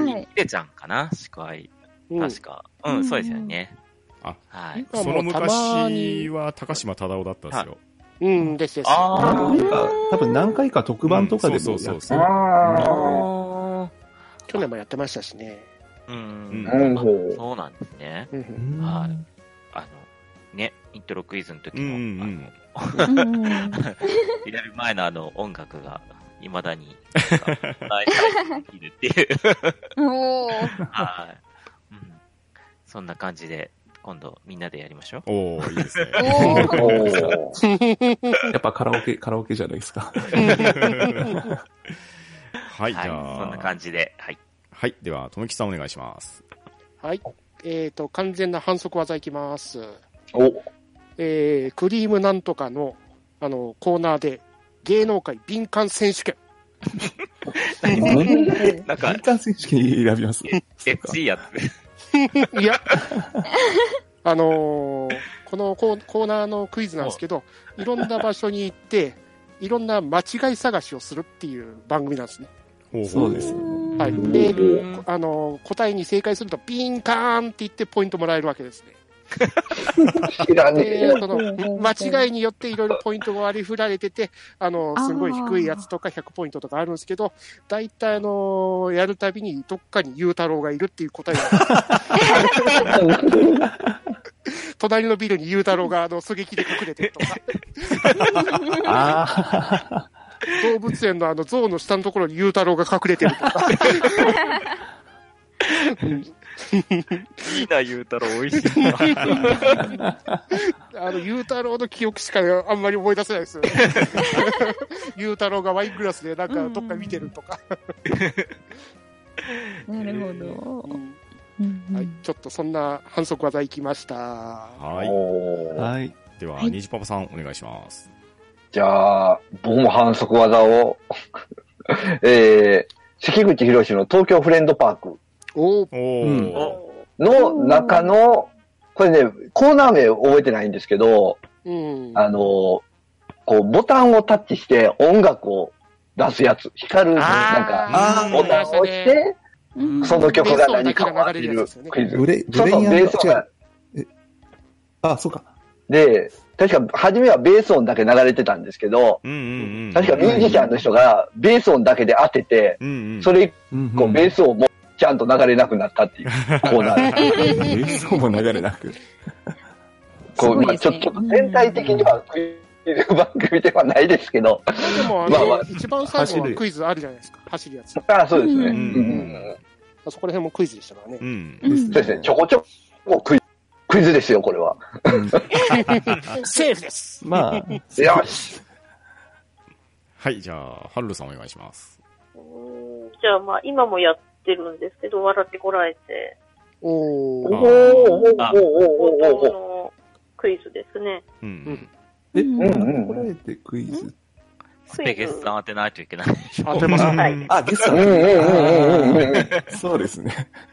C: うん。
F: ん
D: はい。
E: ヒデちゃんかな宿愛。
F: うん
E: 確か。うん、
D: うん
E: そうですよね。
C: あ
E: はい。
F: 今
C: そ
F: も
C: の
F: うたま
C: 昔
F: に
C: は高島忠夫だったんですよ。
F: うん、ですです。
E: あー
B: 何回か、多分何回か特番とかでも
C: そ
B: や
C: う
B: っ
C: そう
G: あ
C: そう。
G: あ
E: あ
F: 去年もやってましたしね。
E: ーうん
C: う
E: うんん。
G: なるほど。
E: そうなんですね。
F: う
B: うんん
E: はいあの、ね、イントロクイズの時
C: うんうんう
E: の、あ
C: ん
E: の、
D: うんうん
E: 入れる前のあの音楽が、いまだ に、なんか大体できるっていう。
D: おー
E: はい。うん。そんな感じで、今度みんなでやりましょう。
C: おー、いいですね。
D: おー
G: おー
B: やっぱカラオケ、カラオケじゃないですか。
C: はい、じ
E: はい。
C: ゃあ。
E: そんな感じで、はい。
C: はい、では、ともきさんお願いします。
F: はい。えっ、と、完全な反則技いきます。
G: お
F: えー、クリームなんとかの、あの、コーナーで、芸能界敏感選手 権。
E: なんか
B: 民、間選手権選びます。
E: エッチいやつ。
F: いや、あのーこのコーコーナーのクイズなんですけど、いろんな場所に行って、いろんな間違い探しをするっていう番組なんですね。
C: ほう
B: そうですよね。
F: はい。
G: ん
F: で
E: うん、
F: あのー答えに正解すると、ビンカーンって言ってポイントもらえるわけですね。
G: 知らねえ
F: で、その、間違いによっていろいろポイントが割り振られてて、あの、すごい低いやつとか100ポイントとかあるんですけど、大体あの、やるたびにどっかにゆうたろうがいるっていう答えが。隣のビルにゆうたろうが、あの、狙撃で隠れてるとか、
B: ああ、
F: 動物園のあの、象の下のところにゆうたろうが隠れてるとか、
E: いいな、ゆうたろう、美味しいな。
F: あの、ゆうたろうの記憶しかあんまり思い出せないですよね。ゆうたろうがワイングラスでなんかどっか見てるとか、
D: なるほど。
F: うんはい、ちょっとそんな反則技いきました。
C: はい。
G: お
B: はい。
C: では、
D: はい
C: にじパパさん、お願いします。
G: じゃあ、僕も反則技を。 えー、関口博の東京フレンドパーク
F: おー
C: お
B: うん
C: ー。
G: の中の、これね、コーナー名覚えてないんですけど、
F: うん。
G: あのーこう、ボタンをタッチして音楽を出すやつ、光る、なんか、
C: あー
G: ボタンを押して、
D: うん
G: その曲が何かを当てるクイズ。
B: ブレ、ブ
G: そう
B: レ
G: そ
B: イ
G: う、
B: ン
G: ベース音
B: 違
G: が
B: う。。あ、そうか。
G: で、確か、初めはベース音だけ流れてたんですけど、
C: うんうんうん。
G: 確かミュージシャンの人がベース音だけで当てて、
C: うんうん。
G: それ以
B: うんうん
G: 降ベース音もちゃんと流れなくなったっていうコーナーで
B: ベース音も流れなく。
D: す
G: こう
D: ごい
G: ま
D: で
G: あ
D: す
G: ちょ
D: ね
G: っと全体的にはクイズ番組ではないですけど、
F: でもあの、
G: まあまあ
F: 一番最後
B: 走
F: は
B: る
F: クイズあるじゃないですか。走るやつ。あ
G: ああそうですね。
D: う
G: うんん
F: そこら辺もクイズでしたからね
C: う。ん。
D: うん
G: そうですね、ちょこちょこクイズ。クイズですよ、これは。
B: うん
F: セーフです
B: まあ、
G: よし
C: はい、じゃあ、はるるさん、お願いします。
A: うーんじゃあまあ、今もやってるんですけど、笑ってこらえて、
F: お
G: お
F: ー
G: ーおーおーおー
A: 冒
G: おーお
A: 頭
G: ー
A: のクイズですね。
C: うんうん。
B: え、
D: うん
B: なんかこらえてクイズ。
E: スペゲスさん当てないといけない。
F: 当てました。
A: はい
C: うん
B: あ、です
G: うんうんうんうんうんうん。
B: そうですね。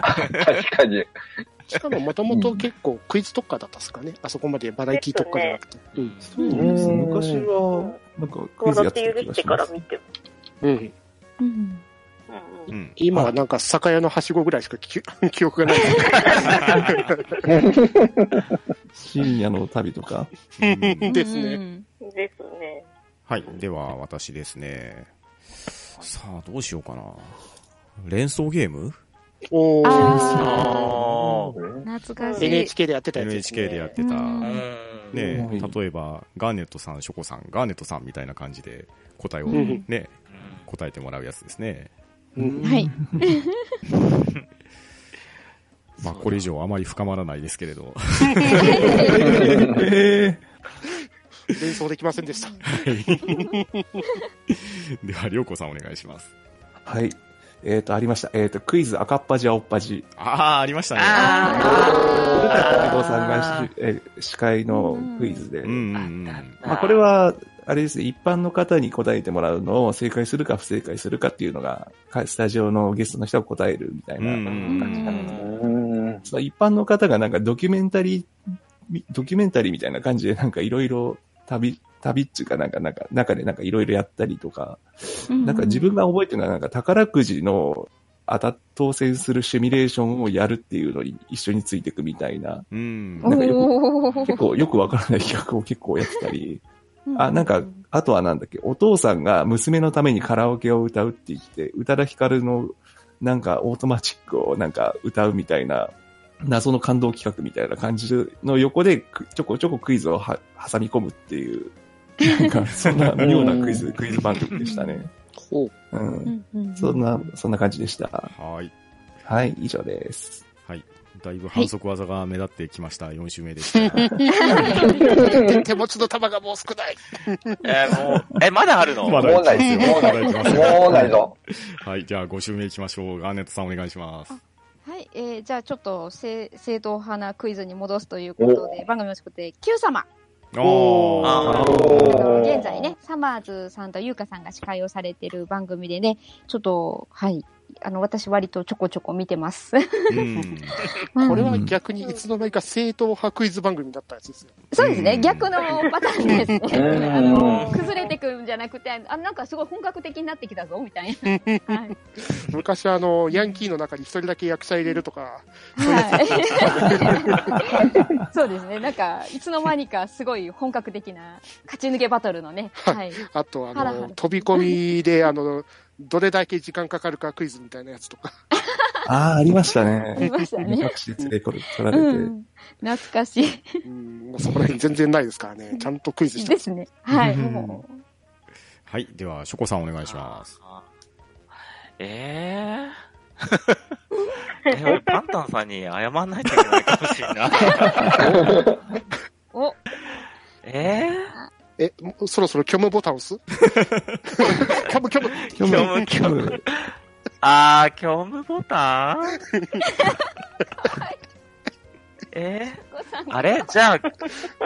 G: 確かに。
F: しかももともと結構クイズ特化だったんですかね。あそこまでバラエティ特化じゃなくて。うん。
B: そうですね。昔は、なんかクイズ
A: 笑
B: や
A: っ
B: って
A: て許
B: る気が
A: して
B: し
A: か
B: ま
A: ら
B: す。
A: 見て
F: うん。
D: うん
A: ます。うん
C: うん。
F: 今はなんか酒屋のはしごぐらいしか記 記憶がない。
B: 深夜の旅と か。
C: うん
F: ですね。
D: ね。
A: うんですね。
C: はい、では、私ですね。さあ、どうしようかな。連想ゲーム
F: お
D: あ
E: あ
D: ー懐か
F: ー
D: しい。
F: NHK でやってたやつです、ね。
C: ?NHK でやってた。
D: うん
E: あ。
C: ね
E: うん。
C: え
B: うん
C: 例えば、ガーネットさん、ショコさん、ガーネットさんみたいな感じで答えを
F: うん
C: ね、答えてもらうやつですね。
F: うん
D: はい。
C: まあ、これ以上あまり深まらないですけれど。
B: え
F: 連想できませんでした。
C: では、りょうこさんお願いします。
B: ーはい。えっと、ありました。えっと、クイズ赤っ端青っ端。
C: ああ、ありましたね。
B: これが
E: あ
B: 武藤さんがしえ司会のクイズで。
C: うんうんうん。
B: まあ、これ、は、あれですね、一般の方に答えてもらうのを正解するか不正解するかっていうのが、かスタジオのゲストの人が答えるみたいな
C: うんうん
B: 感じなので、
G: うん
B: その一般の方がなんかドキュメンタリー、みドキュメンタリーみたいな感じでなんかいろいろ旅、旅っちゅうかなんか、なんか、中でなんかいろいろやったりとか、
D: うん
B: なんか自分が覚えてるのはなんか宝くじの当たっ当選するシミュレーションをやるっていうのに一緒についていくみたいな、
C: うん。
B: なんかよく
D: おー
B: 結構よくわからない企画を結構やってたり、あ、なん
D: う
B: か
D: う、
B: あとはなんだっけ、お父さんが娘のためにカラオケを歌うって言って、宇多田ヒカルのなんかオートマチックをなんか歌うみたいな、謎の感動企画みたいな感じの横でくちょこちょこクイズをは挟み込むっていう、なんかそんな妙なクイズ、クイズ番組でしたね。
F: ほ
B: う
F: う。
B: ん。
D: うんうん
B: そんな、そんな感じでした。
C: はい。
B: はい、以上です。
C: だいぶ反則技が目立ってきました。4週目でした。
F: 手手持ちの玉がもう少ない。
E: えーもう、え、まだあるの
C: まだ
G: もうないですよ。もうない。もうないぞ。
C: はい。じゃあ5週目いきましょう。ガーネットさんお願いします。
D: はい、えー、じゃあちょっと正正統派なクイズに戻すということで、番組を作って、Q 様、
C: おー。
E: あー
D: 現在ね、サマーズさんと優香さんが司会をされてる番組でね、ちょっと、はい、あの、私割とちょこちょこ見てます。
C: う ん。
F: これは逆にいつの間にか正統派クイズ番組だったやつですよ。
D: そうです
C: う
D: ね、
C: ん
D: 逆のパターンですね。
G: うん
D: あの崩れてくんじゃなくて、あ、なんかすごい本格的になってきたぞ、みたいな。はい。
F: 昔あの、ヤンキーの中に一人だけ役者入れるとか、
D: はい。 そうですね、なんか、いつの間にかすごい本格的な勝ち抜けバトルのね、はい。
F: あとあ
D: ハラハラ
F: の、飛び込み であの、どれだけ時間かかるかクイズみたいなやつとか。
B: ああ、ありました
D: あり
B: ね。
D: ましたね。
B: 各地で連れ取られて。
D: うん、懐かしい
F: うん、もうそこら辺全然ないですか らね。ちゃんとクイズして
D: で
F: ます。
D: すね。はい。
B: うん
D: もう
C: はい。では、ショコさんお願いします。
E: あー。えー、 え、俺、パンタンさんに謝んないといけないかもしれんない。
D: お、
E: え
F: え、もうそろそろ虚無ボタ ン押す虚無虚無
B: 虚
E: 無虚無あー、虚無 ボタンえ
D: お子さん
E: ー、あれじゃあ、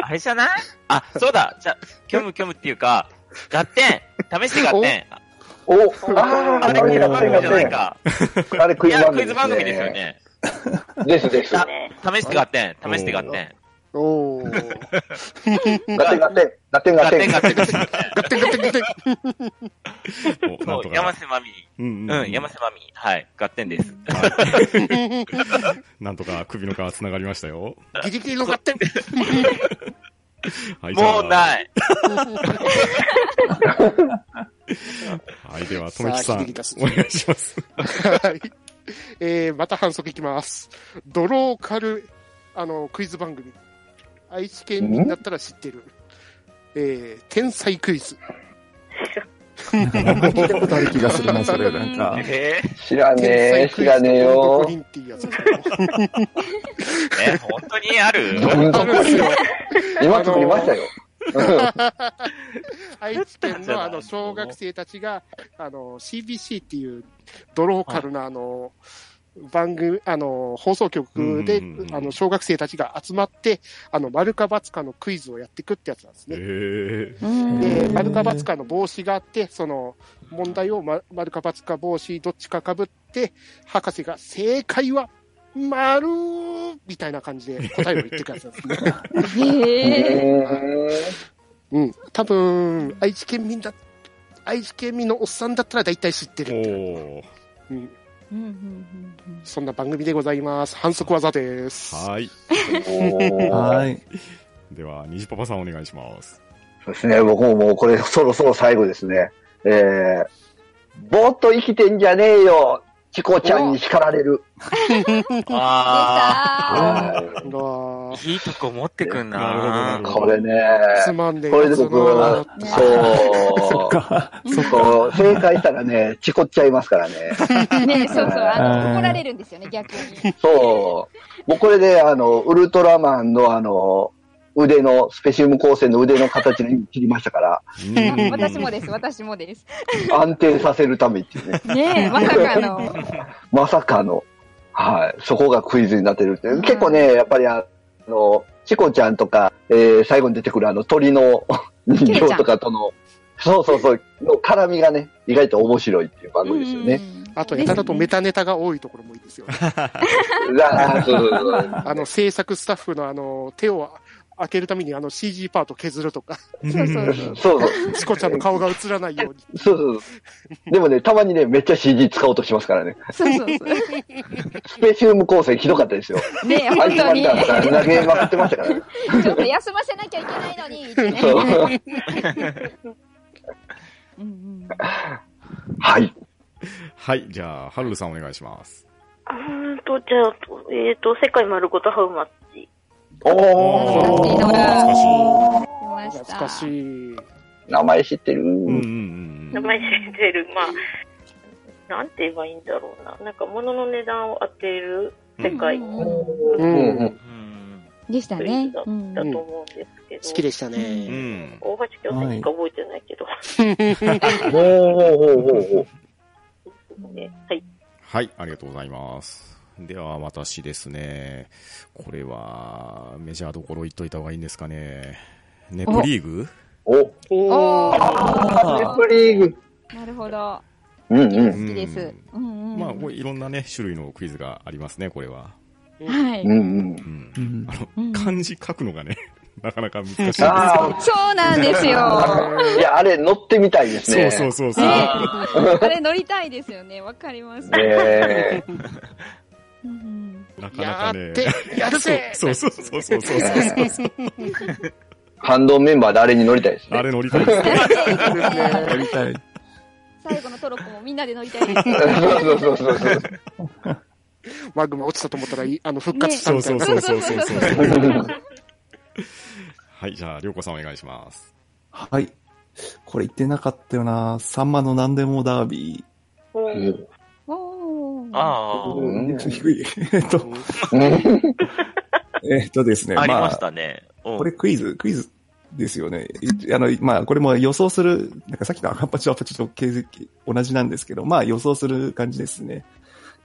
E: あれじゃないあ、そうだじゃあ、虚無虚無っていうか、合点試して合点
G: お、ああ、
E: あれ
G: 合
E: クイ
G: 点
E: ズ番組じゃないか。
G: あれク
E: い
G: イズ
E: や、
G: 番
E: クイ
G: 組
E: ズ番組ですよ。ね。
G: ですです。
E: あ
G: 合
E: 試して合点試して合点
F: おー。
G: 点合点、合点合
E: 合点
G: 点。
E: 合点ですよね。
F: ガッテンガッテンガッテン。
C: お
E: そ
C: な
E: うん
C: と、か。
E: 山瀬まみ。
C: うんう
E: うん、山瀬まみ。はい、合点です。
C: なんとか首の皮繋がりましたよ。
F: ギリギリの合点。
C: はい、じゃあ
E: もう ない。
C: はい、では、とめきさ
F: さあ
C: ん
F: 切り出す、
C: お願いします。
F: はい。えー、また反則いきます。ドローカル、あの、クイズ番組。愛知県民だったら知ってる。えー、天才クイズ。
B: 聞いたことある気がするな、それ。なん か。
E: えー
G: 知ら
F: 天
G: ねえ、
F: 才ク
G: 知
F: イズ
G: らねえ
F: どんどこ
G: よ
F: り。んっていうやつですけど。
E: え、本当にある
G: どん
F: あ
G: ど
F: るん
G: こ
F: ですよ
G: 今作りましたよ。
F: 愛知県のあの小学生たちが、あの CBC っていうドローカルなあの、番組、あの、放送局で、
C: うんうんうん
F: あの、小学生たちが集まって、あの、丸か×かのクイズをやっていくってやつなんです
C: え
F: ね。
C: ー、
D: うん
F: で、丸か×かの帽子があって、その、問題をま丸か×か帽子どっちかかぶって、博士が正解は、丸みたいな感じで答えを言ってくやつなんですね。
D: へえ。
F: うん、多分愛知県民だ、愛知県民のおっさんだったら大体知ってるっていう、
C: おー。
F: うん、
D: うんうんうん
F: そんな番組でございます。反則技です。
C: はい。
G: は
B: はい。
C: では、虹パパさんお願いします。
G: そうですね、僕ももうこれそろそろ最後ですね。えー、ぼーっと生きてんじゃねえよ、チコちゃんに叱られる。
E: あ
D: あ
G: は
F: うわー
E: ー、いいとこ持ってくん
C: なるほどな
E: な
C: る
G: い
C: ほど
G: これね、
F: つまんねえ
G: これで僕は
F: やつだな、
D: ね
B: そっ
G: そう、
B: か。
G: そう、正解したらね、チコっちゃいますからね。
D: ーねそうそう、あ
B: あー
D: の、怒られるんですよね、逆に。
G: そう。もうこれで、あの、ウルトラマンのあの、腕の、スペシウム光線の腕の形に切りましたから、
C: うん
D: 私もです、私もです。
G: 安定させるためっていうね、
D: ねえ、まさかの。
G: まさかの、はい、そこがクイズになってるって。結構ね、やっぱりあの、チコちゃんとか、えー最後に出てくるあの鳥の人形とかとの、そうそうそう、の絡みがね、意外と面白いっていう番組ですよね。
D: うん
F: あと、ネタだとメタネタが多いところも いいですよね。
G: うわーそうそうそう
F: あの、制作スタッフのあの、手を開けるためにあの CG パート削ると か、
D: そうそうそう。
G: そうそう。
F: チコちゃんの顔が映らないように。
G: そうそうそう。でもね、たまにね、めっちゃ CG 使おうとしますからね。
D: そうそうそ
G: スペシウム光線ひどかったですよ。
D: う。ねえ、
G: あい
D: 本
G: つ
D: 当
G: ま
D: に。
G: た投げまくってましたからね。
D: ちょっと休ませなきゃいけないのに、ってね。
G: そう。
D: うんうん
G: はい。
C: はい、じゃあ、ハルルさんお願いします。
A: うーんと、じゃあ、えっ、と、世界丸ごとハウマッチ。
C: お
D: 懐かしい
G: おー。
C: 懐
D: な
C: かしい。
D: 見ました。
F: 懐かしい。
G: 名前知ってる。
C: うんうんう
A: 名
C: ん。
A: 前知ってる、まあ、なんて言えばいいんだろうな。なんか、物の値段を当てる世界
D: うんうん
G: う
F: うん
G: ん。
E: うん。
D: でしたね。うん
A: だと思うんですけど。
F: 好きでした
C: う
F: ね。
C: ん。
A: 大橋教授しか覚えてないけど。
G: おーおーおーおー
A: ねはい。
C: はい、ありがとうございます。では、私ですね。これは、メジャーどころ言っといた方がいいんですかね。ネプリーグ
G: おー。
D: お
G: あ
D: ー
G: ー、ネプリーグ。
D: なるほど。
G: うんう
D: 好
G: ん。
D: きです。うんうん。
C: まあ、こういろんなね、種類のクイズがありますね、これは。
D: はい。
G: うんうん
C: う。ん
B: う。ん
C: あ
D: うん
C: の、漢字書くのがね、 なかなか難しいんですよ。
G: あ
D: そうなんです よ。
G: あ。いや、あれ乗ってみたいです
C: そう
G: ね。
C: そうそうそう。
D: ね
G: あ
D: あれ乗りたいですよね。わかります。
G: ねえ。
D: うんうん
C: なかな
F: や
C: か
F: っ
C: ね。
F: て、や るぜ
C: そうそうそうそうそうそうそう。
G: 感動メンバーであれに乗りたいですね。
C: あれ乗りたいですね。
B: やりたい。
D: 最後のトロッコもみんなで乗りたいです。
G: そうそうそうそう。
F: マグマ落ちたと思ったらい、あの、復活した
C: そう
F: みた
C: そ
F: いうな。
C: そうそうそうそう。
G: う
C: はい、じゃあ、りょうこさんお願いします。
B: はい。これ言ってなかったよな。サンマの何でもダービ
G: ん
D: おー。
E: あ
B: ー。
G: うん
B: 低い。 えっと、えっとですね。
E: あ、ありまし
B: あ、
E: たね。うん
B: これクイズ、クイズですよね。いあの、まあ、これも予想する、なんかさっきの赤パチはちょっと形跡同じなんですけど、まあ予想する感じですね。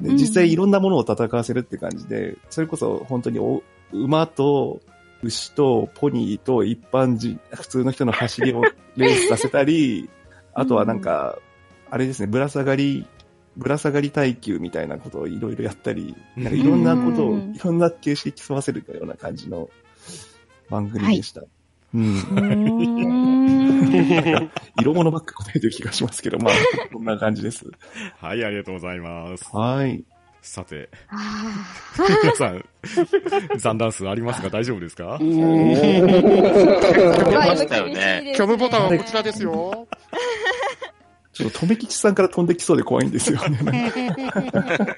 B: で
D: うん
B: 実際いろんなものを戦わせるって感じで、それこそ本当にお馬と牛とポニーと一般人、普通の人の走りをレースさせたり、あとはなんか、あれですね、ぶら下がり、ぶら下がり耐久みたいなことをいろいろやったり、なんかいろんなこと
D: う
B: を
D: ん
B: いろんな形式競わせるような感じの番組でした。うん。
D: うーん
B: 色物ばっか答えてる気がしますけど、 まあ、こんな感じです。
C: はい、ありがとうございます。
B: はい。
C: さて、
D: あ
C: 皆さん、残弾数ありますが大丈夫ですか
D: ー
E: ましたよね
F: 虚無ボタンはこちらです。よ。
B: ちょっと、とめきちさんから飛んできそうで怖いんですよね。なんか
C: は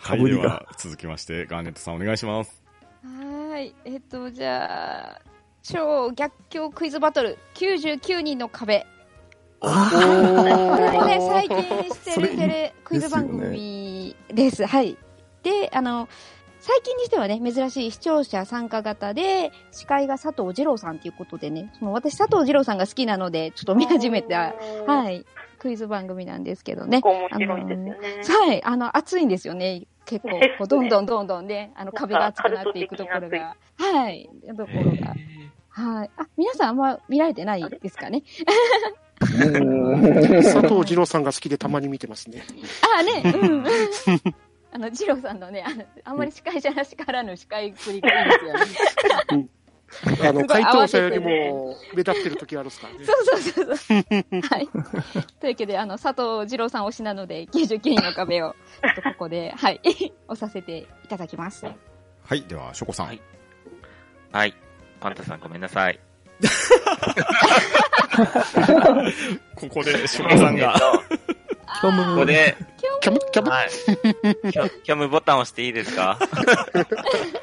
B: 被
C: い、で
B: りが
C: は、続きまして、ガーネットさんお願いします。
D: はーい。えっと、じゃあ、超逆境クイズバトル99人の壁。これもね、最近してるテレクイズ番組です。はい。で、あの、最近にしてはね、珍しい視聴者参加型で、司会が佐藤二郎さんということでね、その私佐藤二郎さんが好きなので、ちょっと見始めた、
A: はい。
D: はい、クイズ番組なんですけどね。
A: 面白いですよね。
D: はい、あの、暑いんですよね。結構、こうどんどんどんどんね、あの、壁が厚くなっていくところが。はい、ところが。はい。あ、皆さんあんま見られてないですかね。
F: 佐藤二郎さんが好きでたまに見てます ね。
D: ああね、うん。あの、二郎さんのね、あのあんまり司会者らしからぬ司会っぷりがいいですよね。
F: あの、回答者よりも目立ってる時あるっすからね。
D: そうそうそうそう。はい。というわけで、あの、佐藤二郎さん推しなので、99人の壁を、ちょっとここで、はい、押させていただきます。
C: はい、では、しょこさん。
E: はいはい。パンタさんごめんなさい。
C: ここで、しょこさんが。
E: えっ
B: トム
E: とここで、
F: キャムキャム
E: はい。虚虚無ボタン押していいですか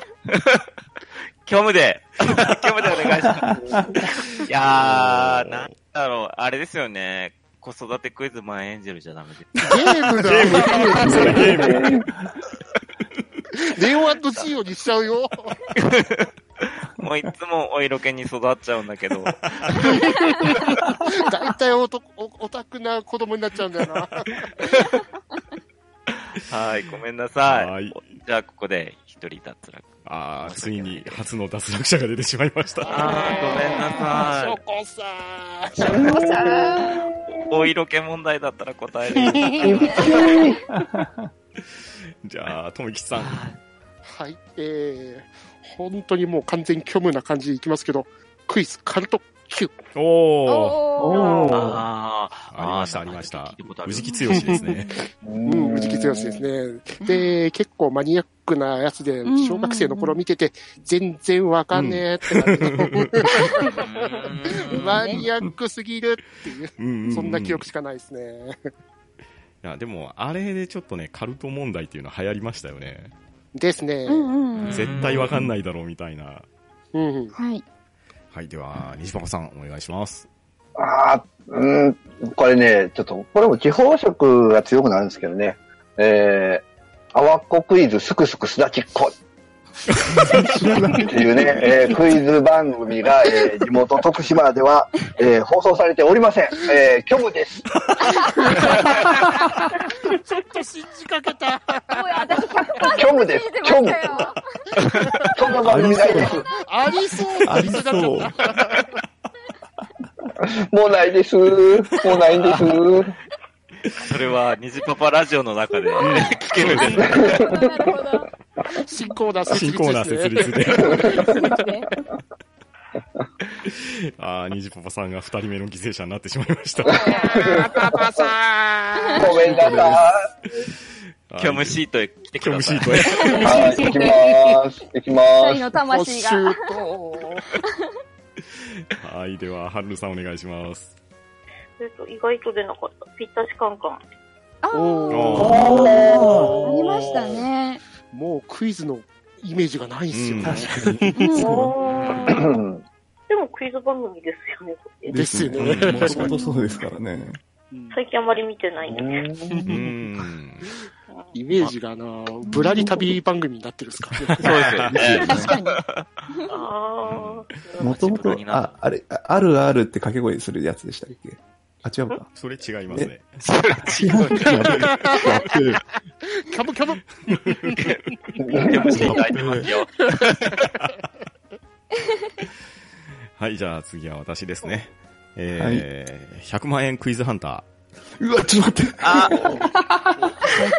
E: 虚無で、 虚無でお願いします。いやー、なんだろう、あれですよね。子育てクイズマイエンジェルじゃダメです。
F: ゲームだ
C: それゲーム。
F: レオアンドジオにしちゃうよ。
E: もういつもお色気に育っちゃうんだ けど。
F: 大体おとおオタクな子供になっちゃうんだよな。
E: はい、ごめんなさい。
C: はい
E: じゃあ、ここで一人脱落。
C: あー、ついに、初の脱落者が出てしまいました。
E: あー、ごめんな
F: シ
E: さ
F: ョコさん。
E: い。お色気問題だったら答え る。
C: じゃあ、とめきちさん。
F: はい、えー、本当にもう完全に虚無な感じでいきますけど、クイズ、カルト Q。
C: おー。
D: おー。
E: あー
C: ありました、あ
E: ー
C: りまし
E: なん
C: た
E: か聞いことあ。る
C: 藤木剛です ね。
F: うん、藤木剛ですね。で、結構マニアックなやつで
D: んうんう、ん
F: 小学生の頃見てて、全然わかんねえってなってた
E: うん
F: マニアックすぎるっていう、
C: うんうう
F: そんな記憶
C: い
F: しかないですね。
C: や、でも、あれでちょっとね、カルト問題っていうのは流行りましたよね。
F: ですね
D: う。んうん。
C: 絶対わかんないだろうみたいな。
F: うん。
D: はい。
C: はい、では、西パさん、お願いします。
G: ああ、うん、これね、ちょっと、これも地方色が強くなるんですけどね。えー、あわっこクイズすくすくすだちっこ。っていうね、えークイズ番組が、えー地元徳島では、えー放送されておりません。えー、虚無です。
F: 信じかけた。
D: もう私
G: 虚無
D: 100%
G: です
D: 信じてましたよ。
G: そんな番組ないです。
F: ありそう
B: ありそう。
G: もうないです。もうないんです。
E: それは、ニジパパラジオの中で聞けるんですね。
D: なるほど。
F: 新コーナー設
C: 新
F: 立
C: コーナー
F: です
C: 設
F: ね。
C: 立で。
D: ね
C: ああ、虹パパさんが二人目の犠牲者になってしまいました。
F: あーパパさん。
G: ごめんなさ
E: 虚無シートへ来て
C: 虚
E: く
C: 無
E: だ
C: シ
E: さい。
C: ートへ。
G: い。はい、行きます。行きま
D: 二人
G: す。
D: の
F: お
D: 魂
F: シ
D: が。
F: ュート。
C: はい、では、ハルルさんお願いします。
A: えっと、意外と出なかった。ぴったしカンカン。
D: あー
C: おー
D: ありましたね。
F: もうクイズのイメージがないんですよ。
C: うん
F: 確かに。
A: でもクイズ番組ですよね、これ
F: ですよね
B: うんもともとそうですからね。
A: 最近あまり見てないんで。
C: うーん。
F: イメージがあの、ぶらり旅番組になってるん ですか
E: そ
F: らね。
E: うですよね。
D: 確かに。
A: ああ。
B: もともと、あ、あれ、ああるあるって掛け声するやつでしたっけあ、違うか。
C: それ違いますね。
B: 違うか。やってる
F: キャブキャブ
E: 虚無シート空いてますよ。
C: はい、じゃあ次は私ですね。えー、100万円クイズハンタ
B: うわ、ちょっと待って。
E: あ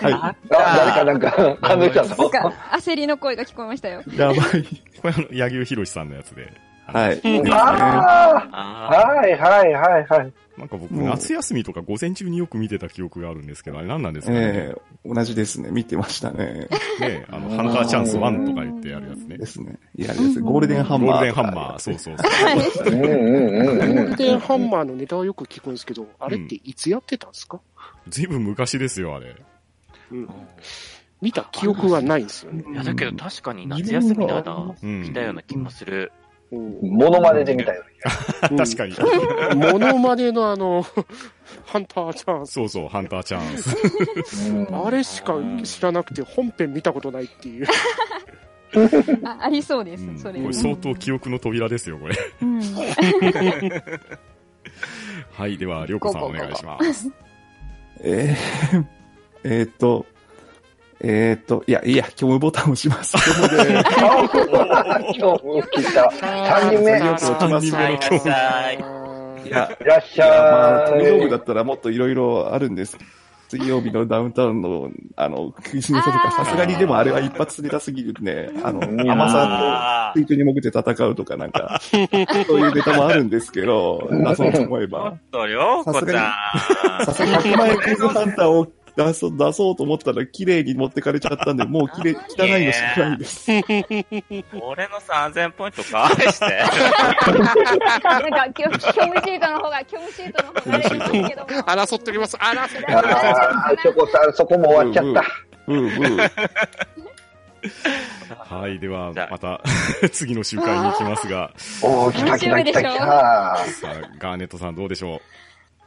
B: は
G: あ、 誰かなんか感動しちゃった。
D: なんか、焦りの声が聞こえましたよ。
B: い。やばい。
C: ー。これあの、柳生博さんのやつで。
B: はい。
G: ああ、
E: あ
G: はいはいはいはい。
C: なんか僕、
B: もう
C: 夏休みとか午前中によく見てた記憶があるんですけど、あれ何なんですかね
B: え。え同じですね。見てましたね。
C: ねあの、ハンターチャンス1とか言ってやるやつね
B: で。すね。いや、ですゴールデンハ
C: ゴ
B: ンマー。
C: ールデンハンマー、そうそうそう。
G: うんうんうん
F: ゴ
G: う
F: ー
G: ん
F: ル。デンハンマーのネタはよく聞くんですけど、あれっていつやってたんですか、
C: ずいぶん昔ですよ、あれ。
F: うん見た記憶はないんですよね。
E: あ。いや、だけど確かに夏休みの間、
C: うん
E: 来たような気もする。
F: うん
G: モノマネで見たよ。
C: 確かに。
F: モノマネのあの、ハンターチャンス。
C: そうそう、ハンターチャンス。
F: あれしか知らなくて本編見たことないっていう。
D: あ、ありそうで
C: うん
D: す。
C: こ
D: それ。
C: れ相当記憶の扉ですよ、これ。
D: うん。
C: はい、では、りょうこさんお願いします。
B: えー、 えーっと、えーっと、いや、いや、虚無ボタン押します。虚無で
G: あ今日も来た。三人目。
F: よく落ちます
E: 三人目の
B: いや、
G: いらっし
B: いやまあ、
G: ゃ
B: 土曜日だ
G: い。
B: ったらもっといろいろあるんです。水曜日のダウンタウンの、あの、クイズネタと
D: あ
B: か、
D: ー
B: さすがにでもあれは一発ネタすぎるね。あの、
G: ん
B: 甘さ
E: あ
B: と水中に潜って戦うとかなんか、そういうネタもあるんですけど、出そうと思え
E: ーちょ
B: ば
E: っ。と、りょうこちゃん。
B: さすがに100万円クイズハンターを出そう、出そうと思ったら綺麗に持ってかれちゃったんで、もう綺麗、汚いのしかないです。
E: 俺の3000ポイント返して。
D: なんか、虚無シートの方が、虚無シートの方があれですけども。
F: 争っております。争っております。
G: ああ、チョコさん、そこも終わっちゃった。
B: うんうん。
C: はい、では、
E: じゃあ
C: また、 次の集会に行きますが、
G: おお、来た来た来た来た。
C: さあ、ガーネットさんどうでしょ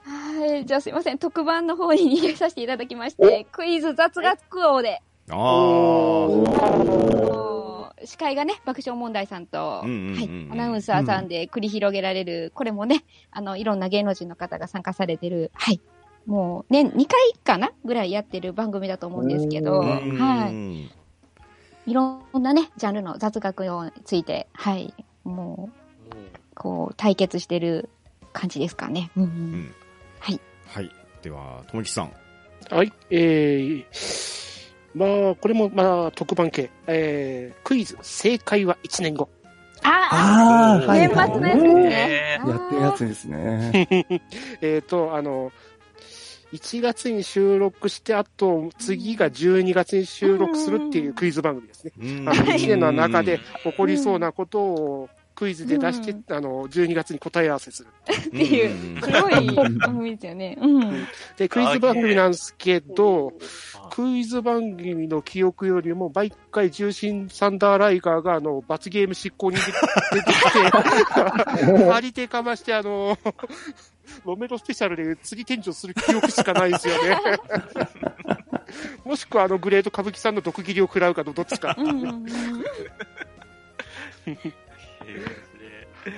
D: はい。じゃあすいません。特番の方に逃げさせていただきまして、クイズ雑学王で、
C: うあ
D: もう司会がね、爆笑問題さんと、
C: うんうんうんうん
D: はい、アナウンサーさんで繰り広げられる、これもね、あの、いろんな芸能人の方が参加されてる、はい。もう、年2回かなぐらいやってる番組だと思うんですけど、
C: あ。う
D: は
C: ん
D: い。いろんなね、ジャンルの雑学について、はい。もう、こう、対決してる感じですかね。うんうん
C: はい。では、ともきさん。
F: はい、えー、まあ、これも、まあ、特番系。えー、クイズ、正解は1年後。
D: あ
B: ああ、
D: あ、
B: は
D: 年
B: い
D: 末
B: はい。
D: のやつですね。
E: え
B: やってるやつです ね。
F: えっ、と、あの、1月に収録して、あと、次が12月に収録するっていうクイズ番組ですね。
C: うん
F: あの1年の中で
C: うん
F: 起こりそうなことをクイズで出して、
D: うん
F: あの、12月に答え合わせする。
D: てい
C: ん
D: すごい番組ですよね。うん。
F: で、クイズ番組なんですけど、クイズ番組の記憶よりも、毎回重心サンダーライガーが、あの、罰ゲーム執行に出て きて、借り手かまして、あの、ロメロスペシャルで次転場する記憶しかないですよね。もしくは、あの、グレート歌舞伎さんの毒斬りを食らうかのどっちか。
D: うんうんうん。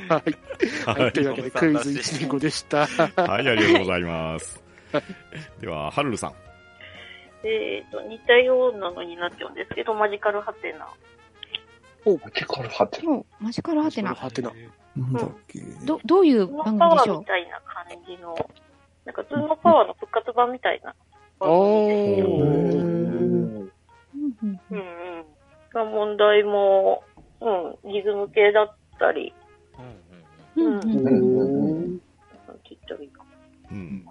F: はい。は
C: はい
F: い、というわけで、クイズ1年後でし
C: は
F: た。
C: い、ありがとうございます。では、はるるさん。
A: えっと、似たようなのになっちゃうんですけど、マジカルハテナ。
G: 結構貼ってる。
D: 今日、マジカルハテナ。
F: はてな。
B: なんだっけ。
D: ど、どういう
A: ズームパ
D: 番組で
A: ワ
D: し
A: ー
D: ょ
A: みたいな感じの、なんかズームパワーの復活版みたいな番組ですよ。
F: おー。
D: ううん
A: う
D: うんん。
A: うん。が問題も、うん、リズム系だったり、
D: うんうんうん
G: うん
A: うんちょっといいかも
C: うん。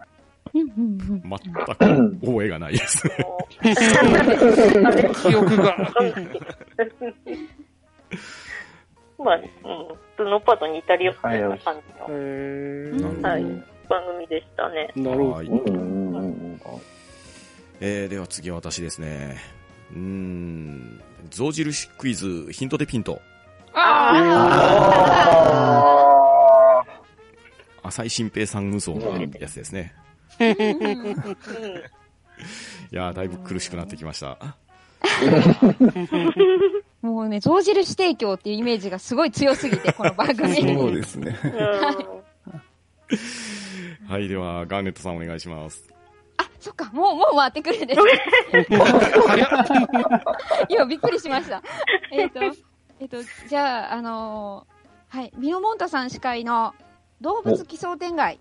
D: うんうん。
C: 全く覚えがない です。
A: あれ
F: 記憶が。
A: まあ、うん、普通のパートに至りような感じ
F: え
A: の
F: ー
D: うん
A: はい番組でしたね。
F: なるほ
C: はい
G: うんうんうん
C: えー、では次は私ですね。うーん。象印クイズ、ヒントでピント。
G: あ
C: 浅井新平さん無双のやつですね。
A: うん
C: いやー、だいぶ苦しくなってきました。
D: もうね、象印提供っていうイメージがすごい強すぎて、この番
B: そ
D: 組。
B: うですね。
A: うん
C: はい、では、ガーネットさんお願いします。
D: あ、そっか、もう、もう回ってくるんです。今びっくりし ました。えっと、えっと、じゃあ、あのーはい、ミノモンタさん司会の動物奇想天外。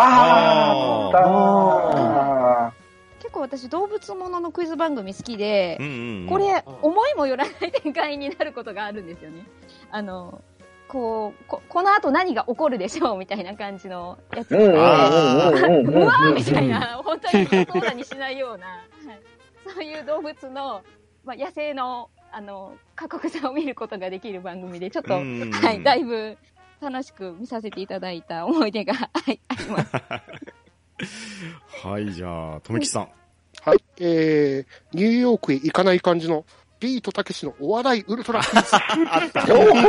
G: ああ
D: 結構私、動物もののクイズ番組好きで
C: う、んうん、うん。
D: これ、思いもよらない展開になることがあるんですよね。あの、こう、ここの後何が起こるでしょうみたいな感じのやつ。
G: うんうんうんうんうん
D: うわーみたいな、本当に予想だにしないような、はいそういう動物の、まあ、野生の、あの、過酷さを見ることができる番組で、ちょっと、
C: うんうん
D: はい、だいぶ楽しく見させていただいた思い出が、はい、あります。
C: はい、じゃあ、とめきちさん。
F: はい。えー、ニューヨークへ行かない感じの、ビートたけしのお笑いウルトラクイズ。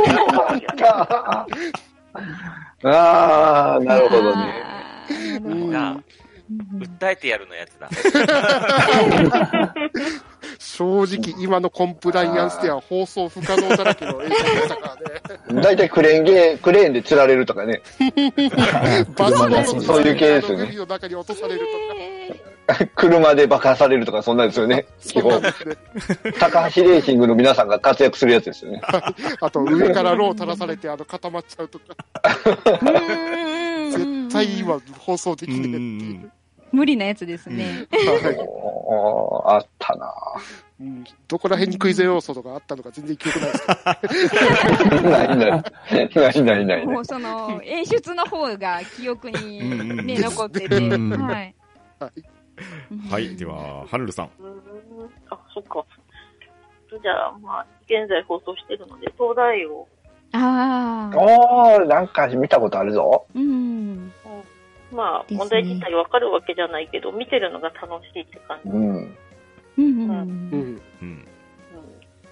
G: ああ、なるほどね。
D: あーなるほ
F: うん
D: ど
E: あ
D: うんうん
E: 訴えてやるのやつだ。
F: 正直、今のコンプライアンスでは放送不可能だらけの映像でしたから
G: 大体クレーンゲー、クレーンで釣られるとかね。
F: ね。バスの
B: そう
G: そういう系ですよね
F: 海の中に落とされる
D: え
G: 車で爆破されるとか、そんなんですよね。基
F: とか。そう
G: 本
F: なん。ですね。
G: 高橋レーシングの皆さんが活躍するやつですよね。
F: あと、上からロー垂らされて、あの、固まっちゃうとか。
D: ーうん
F: 絶対今、放送で
C: う
F: き
C: んう
F: ね
C: ん
D: 無理なやつですね。
F: え。はい。
G: おーあったな
F: うんどこら辺にクイズ要素とかあったのか全然記憶ないですけど。
G: ないない。ないないないな
D: も。
G: いう
D: その、演出の方が記憶に
C: うんうん
D: ね、残ってて、
B: うん
D: はい。
C: うん。はい、では、はるるさん。
A: うんあ、そっか。じゃあ、まあ、現在放送してるので、東大王。
D: ああ、
G: おー、なんか見たことあるぞ。
D: うん。
A: まあ、
D: ですね
A: 問題自体わかるわけじゃないけど、見てるのが楽しいって感じ。
G: う
A: うん
G: ん。
D: うんうんう
F: う
D: ん
F: ん。
C: うん。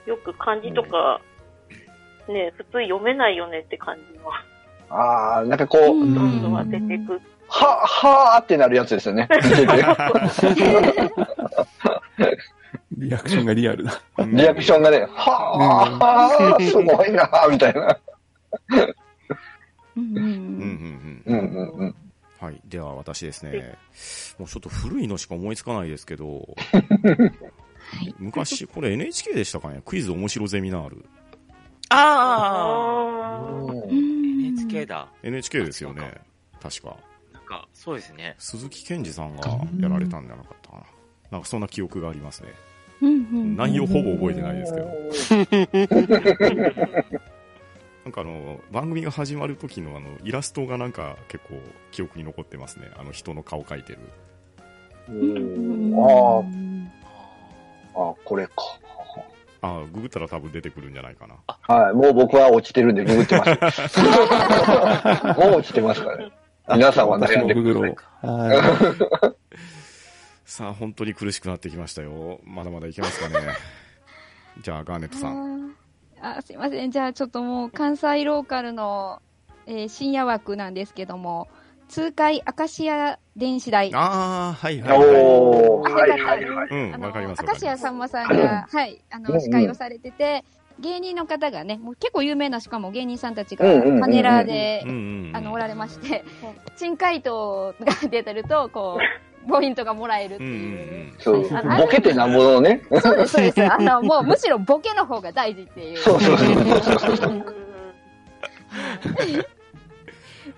A: よく漢字とか、ね、普通読めないよねって感じの、
G: ああ、なんかこ
D: う
G: う、
A: ど
D: ん
A: んどん当てていく。
G: は、はーってなるやつですよね。見てて
B: リアクションがリアルだ。
G: リアクションがね、はー、すごいなー、みたいな。
D: うん
C: う
D: う
C: んうん
D: ん
C: うん。
G: うんうんうん。
C: はい。では、私ですね。もうちょっと古いのしか思いつかないですけど、
D: はい。
C: 昔、これ NHK でしたかねクイズ面白ゼミナール。
E: ああ
D: うん
E: !NHK だ。
C: NHK ですよね。確か。
E: なんか、そうですね。
C: 鈴木健二さんがやられたんじゃなかったかな。なんかそんな記憶がありますね。
D: うんうん
C: 内容ほぼ覚えてないですけど。なんかあの、番組が始まる時のあの、イラストがなんか結構記憶に残ってますね。あの人の顔描いてる。
G: うん
D: あ
G: ああ、あこれか。
C: ああ、ググったら多分出てくるんじゃないかな。
G: はい、もう僕は落ちてるんでグ グってます。もう落ちてますからね。皆さんは
B: 私
G: 悩ん
B: も
G: で
B: グ
G: く
B: グ
G: だ
B: ろ。。
G: さいう
B: はい
C: さあ、本当に苦しくなってきましたよ。まだまだいけます かね。じゃあ、ガーネットさん。
D: あーあすいません。じゃあちょっともう関西ローカルの、えー深夜枠なんですけども、通海アカシア電子台。
C: ああ、はいはいは
G: おー、
D: あ
G: はい
D: よか
G: は
D: った
G: いはい。
C: い。うん、
D: あ
C: わかり
D: の、
C: ます。
D: 明石家さ
C: ん。
D: んまさんが、はい、あ
G: うんう
D: の、
G: ん
D: 司会をされてて、芸人の方がね、もう結構有名な、しかも芸人さんたちが、
G: うんうんうんうん
D: パネラーで
C: うん、うんうん。
D: あの、おられまして、珍回答が出てると、こう、ポイントがもらえるって
C: うんうんう
D: い
C: ん。
D: う。
G: そう、ボケてなんぼのね。
D: そうです、そうです。あの、もうむしろボケの方が大事っていう。
G: そうそうそう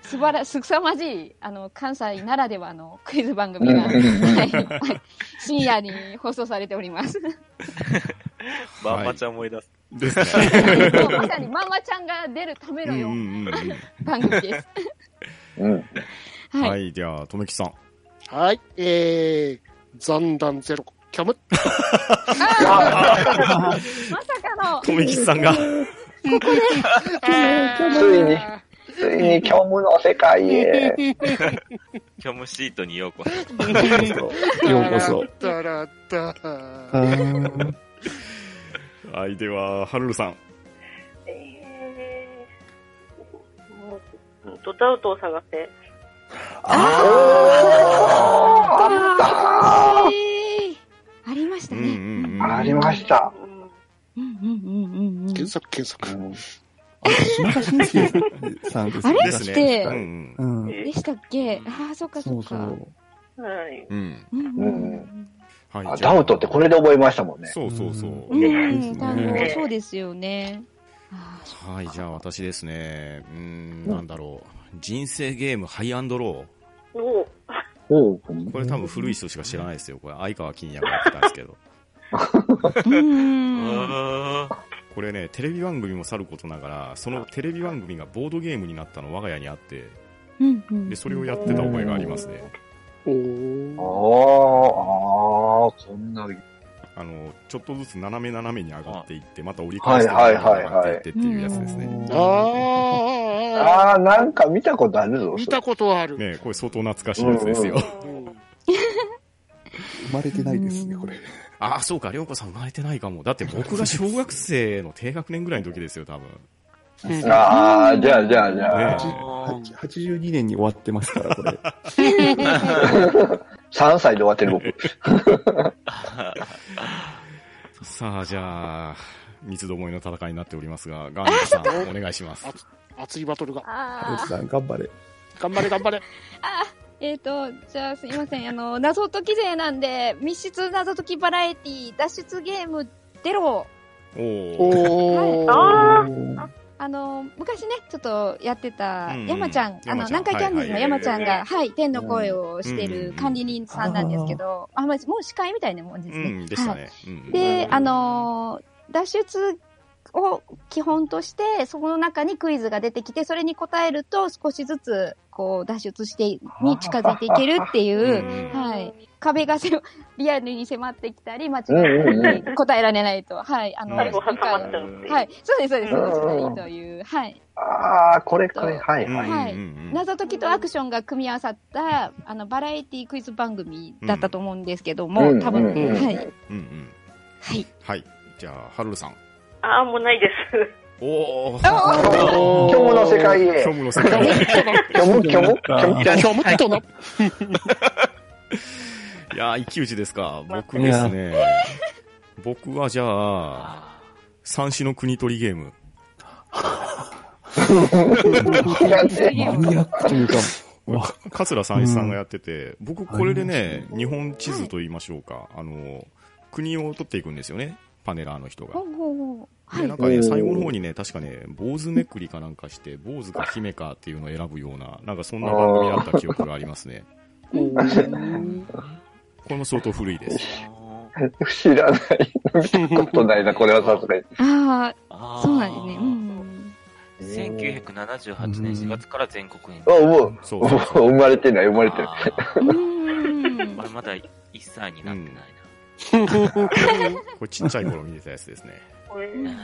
D: すばら、すさまじい、あの、関西ならではのクイズ番
G: うん
D: 組
G: う
D: が、
G: ん
D: はい、
G: うん
D: はい深夜に放送されております。
E: バーマちゃん思い出す。
C: ですね。
D: もうまさにママちゃんが出るため
C: うん
D: の
C: うん
D: よ
C: うんう
D: う
C: ん。
D: 番組です。
G: うん。
D: はい
C: はい、じゃあ、とめきさん。
F: はい、えー、残弾ゼロ、キャム。
D: まさかの、
C: とめきさんが。
G: ついに、ついに虚無の世界へ。
E: 虚無シートにようこそ。
B: ようこそ。
F: だらだ
B: あー
C: はい、では、はるるさん。
A: えーもうほんとダウトを探せ。
D: あーありました
C: うん
D: ね。
C: うんうん。
G: ありました。
A: うん
D: うんうんうんうんうん。
F: 検索検索。
B: あ島田紳介さんですよね。
C: です
D: し
C: ね。
D: て
C: うんうん。
B: うん。
D: でしたっけああ、そっか
B: そ
D: そっ
B: うそ
D: か。
B: う。
A: はい。
C: うん。
D: うんうん
C: はい
G: あダウトってこれで覚えましたもんね。
C: そうそうそう。
D: うんうん
B: ですね
D: 単語、そうですよね。あー
C: はい、じゃあ私ですね。うーん、なんだろう。人生ゲームハイアンドロ
A: お
G: ほう。
C: ー。これ多分古い人しか知らないですよ。これ、相川金也がやってたんですけど。
D: うん
E: う
D: うん
E: ーん
C: これね、テレビ番組もさることながら、そのテレビ番組がボードゲームになったの我が家にあって、
D: うんうん
C: で、それをやってた覚えがありますね。
F: おー
G: ああ、ああ、こんな。
C: あの、ちょっとずつ斜め斜めに上がっていって、また折り返して
G: はいはいはい
C: 上
G: はい
C: がっていってっていうやつですね。
F: あ
G: ああ、なんか見たことあるぞ
F: ー、。見たことある。
C: ねこれ相当懐かしいやつですよ。
F: うん
B: 生まれてないですね、これ。
C: ああ、そうか、りょうこさん生まれてないかも。だって僕が小学生の低学年ぐらいの時ですよ、多分。
G: ああ、じゃあじゃあじゃ
C: ね
G: あ。
B: 82年に終わってますから、 これ。
G: 3歳で終わってる僕。
C: さあ、じゃあ、三つどもえの戦いになっておりますが、ガーネットさん、お願いします。
F: 熱いバトルが。
B: ハル
D: あ
B: さん、頑張れ。
F: 頑張れ頑張れ。
D: ーえっ、と、じゃあすいません。あ の、謎解き勢なんで、密室謎解きバラエティ脱出ゲーム出ろ。
C: おおー。
F: おー。
A: あ
D: あの、昔ね、ちょっとやってた
C: うん、
D: 山ちゃん、あ
C: 山
D: の、
C: ちゃん
D: 南海キャンディーズの山ちゃん
A: はい
D: が、はい、天の声をしてる管理人さんなんですけど、あ、まあもう司会みたいなもんです
C: う
D: ね。
C: ん、でした
D: はい
C: ね。うん
D: で、あのー脱出を基本として、そこの中にクイズが出てきて、それに答えると少しずつ、こう、脱出して、に近づいていけるってい
C: うん
D: う、
A: ー
D: はい。壁がせリアルに迫ってきたり、間違
G: うんうん
D: えて答えられないと、はい、あの、
A: 最
C: 最後
A: 後
D: 理
A: 挟
D: 解
A: まっちゃうっていう。
D: はい、そうです、そうです、
G: うん
D: 落ちたりという、はい。
G: ああ、これこれ、はい
C: うん
G: はい。
D: はい
C: うんうんうん
D: 謎解きとアクションが組み合わさった、あの、バラエティクイズ番組だったと思うんですけども、
G: うん
D: 多分、
G: うんうんうん
D: はい。
C: うんうん。
D: はい。
C: はい。じゃあ、ハルルさん。
A: ああ、もうないです。
C: おお
G: 虚無の世界へ
C: 虚。無の世界。
G: 虚無、虚無、
B: あ
G: 虚無。
F: 今日もっとの。
C: いやー、一騎打ちですか。僕ですね。僕はじゃあ、三種の国取りゲーム。
B: マニア
D: 次を
B: ックというか、わ
C: 桂三一さんがやってて、僕これでね、日本地図と言いましょうか。あの、国を取っていくんですよね。パネラーの人が
D: ほ。うほうほうは
C: で、
D: い
C: なん。かね、
G: おー
C: 最後の方にね、確かね、坊主めくりかなんかして、坊主か姫かっていうのを選ぶような、なんかそんな番組だった記憶がありますね。これも相当古いです。
E: あ
G: 知らない。見たことないな、これはさすがに。
D: あ
E: あ
D: あ、
E: ー
D: そうなんですね。うん。
E: 1978年4月から全国に。
G: あ、もう、
C: そうそうそう。
G: 生まれてない、生まれてない。
E: あ
D: う
E: ー
D: ん
E: 俺まだ1歳になってないな。
C: これちっちゃい頃見てたやつですね。
A: うん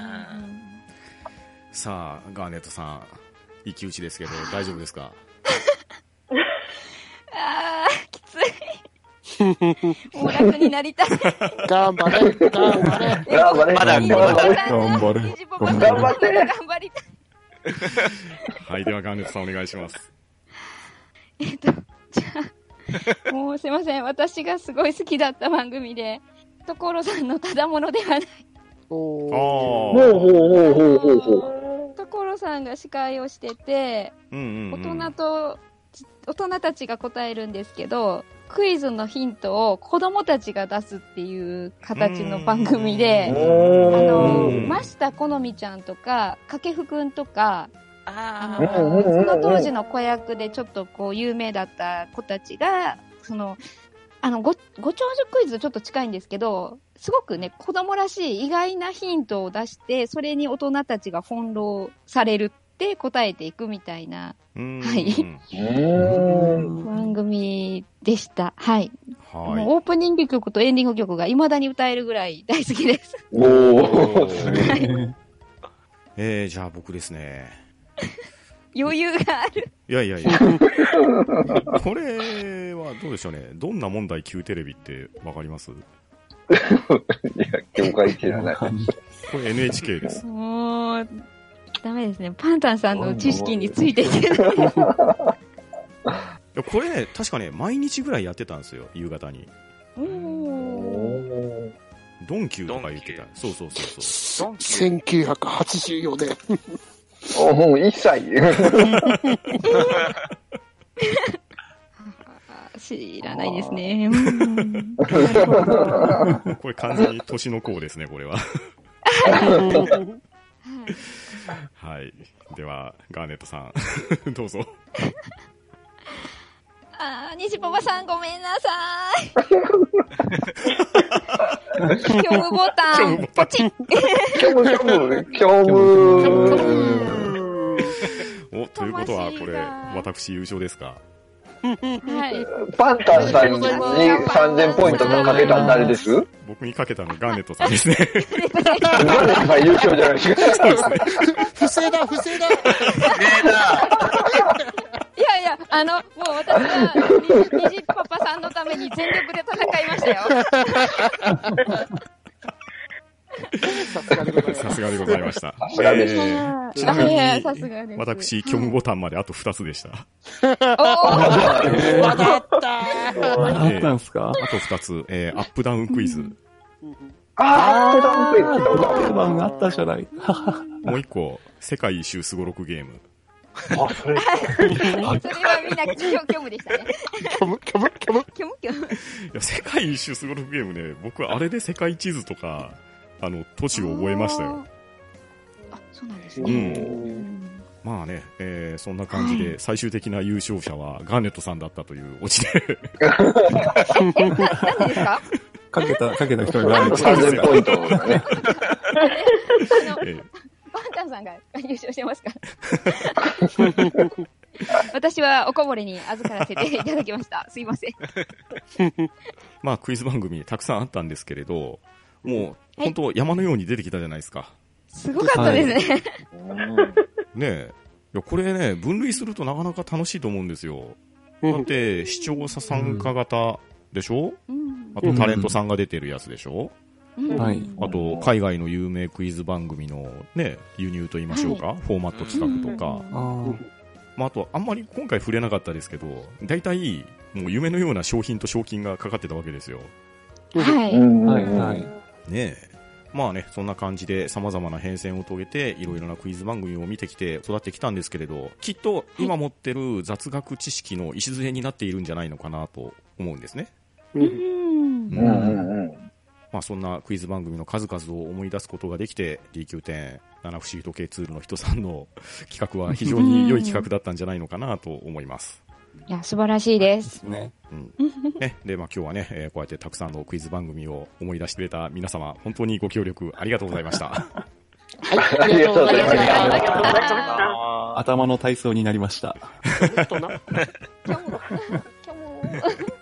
C: さあ、ガーネットさん、一騎打ちですけど、大丈夫ですか
D: ああ、きつい。もう楽になりた い。
F: 頑張れ、頑張れ。
G: 頑張れ。
E: まだ
G: 頑
E: ま
G: 張れ。
B: 頑張れ
D: ニジボコさん
G: 頑張って
D: 頑張りたい。
C: はい、ではガーネットさんお願いします。
D: えっと、じゃあ、 もうすいません。私がすごい好きだった番組で、所さんのただものではない。
C: あ
F: おー
G: ほうほう
C: ー。
G: ほうほうほうほう。
D: 所さんが司会をしてて、
C: うんうんう
D: 大
C: ん
D: 人と、大人たちが答えるんですけど、クイズのヒントを子供たちが出すっていう形の番組で、あの、
C: うん
D: 増田好みちゃんとか、掛布くんとか、あ
E: あ
D: の
E: ー
G: うんうんうんうん
D: その当時の子役でちょっとこう有名だった子たちが、その、あの、ご、ご長寿クイズとちょっと近いんですけど、すごくね、子供らしい意外なヒントを出して、それに大人たちが翻弄されるって答えていくみたいな
C: うん
D: はい
G: うん。
D: 番組でした。はい。も
C: は
D: うオープニング曲とエンディング曲が未だに歌えるぐらい大好きです。
G: お お。すげえ。
C: い。 えー、じゃあ僕ですね。
D: 余裕がある。
C: いやいやいや。これはどうでしょうね。どんな問題 Q テレビってわかります
G: いや、業界知らない。
C: これ NHK です。
D: もう、ダメですね。パンタンさんの知識についていけ ない。
C: いやこれね、確かね、毎日ぐらいやってたんですよ、夕方に。
D: うん
C: ドンキューとか言ってた。そうそうそうそう。
E: ドンキ
F: 1984年。
G: おもう一切。
D: あ知らないですね。うん なるほどは
C: これ完全に年の功ですね、これ は。
D: い
C: はい。では、ガーネットさん、 どうぞ。
D: あー、西パパさんごめんなさ い。虚無ボタン、ポチッ。
G: 虚無、虚無、虚無。
C: お、ということは、これ、私優勝ですか
D: はい。
G: パンタンさんに3000ポイントかけたの誰です
C: 僕にかけたのガーネットさん ですね。
G: ガネさん優勝じゃないですか。
F: 不正だ、不正だ。
D: いやいや、あの、もう私は、西パパさんのために全力で戦いましたよ。
F: さすがでござい
C: さ
F: ます
C: すがでございました。
G: すがです
C: えー
D: あ
C: ちなみ
D: いや、
C: に
D: さすがです。
C: 私、虚無ボタンまであと2つでした。
D: おー
B: え
F: わかった。
B: あったんすか
C: あと2つ、えー、アップダウンクイズ。
G: あー、アップダウンペイ
B: あ
G: ント
B: ーバンあったじゃない。
C: もう1個、世界一周すごろくゲーム。
G: あ、そ
D: それ
G: れ。
D: はみんな虚虚無でしたね。
F: キョム、キョム、キョム。
D: 虚無虚無。
C: いや、世界一周すごろくゲームね、僕、あれで世界地図とか、あの、都市を覚えましたよ。
D: あー。あ、そうなんです
C: う
D: ね。
C: ん。
D: うん
C: まあね、えー、そんな感じで、最終的な優勝者はガーネットさんだったというオチで、
D: え、な、なんでですか
B: かけた、かけた人が悪い
G: 3000ポイントがね。
D: あの
C: え、ー
D: バンタンさんが優勝し てますから。私はおこぼれに預からせていただきました。すいません。
C: まあ、クイズ番組たくさんあったんですけれど、もう、
D: はい
C: 本当山のように出てきたじゃないですか。
D: すごかったですね。
C: ねえ。いや、これね、分類するとなかなか楽しいと思うんですよ。
F: う
C: だって、視聴者参加型でしょ
D: うん
C: あと、タレントさんが出てるやつでしょ
D: うん
B: はい
C: あと、海外の有名クイズ番組のね、輸入と言いましょうか、フォーマット企画とか、
B: あー
C: まあ、あと、あんまり今回触れなかったですけど、大体、もう夢のような賞品と賞金がかかってたわけですよ。
D: は
G: う
D: い。
G: ん
B: はい、はい。
C: ねえ。まあね、そんな感じで様々な変遷を遂げて、いろいろなクイズ番組を見てきて育ってきたんですけれど、きっと今持ってる雑学知識の礎になっているんじゃないのかなと思うんですね。
D: うん
G: うんうんうん。
C: まあそんなクイズ番組の数々を思い出すことができて、D9.7 不思議時計ツールの人さんの企画は非常に良い企画だったんじゃないのかなと思います。
D: いや、素晴らしいです。
B: ね。
C: うん。ね。で、まあ今日はね、えーこうやってたくさんのクイズ番組を思い出してくれた皆様、本当にご協力ありがとうございました。
F: はい、ありがとうございました。
A: ありがとうございました。
E: あ
B: 頭の体操になりました。
F: ちょっとな
D: 今日も、 今日も。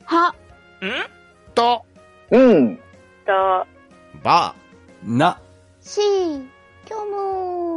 D: は、
F: と、
G: うん。
A: た
C: バー
B: な。
D: し、今日も。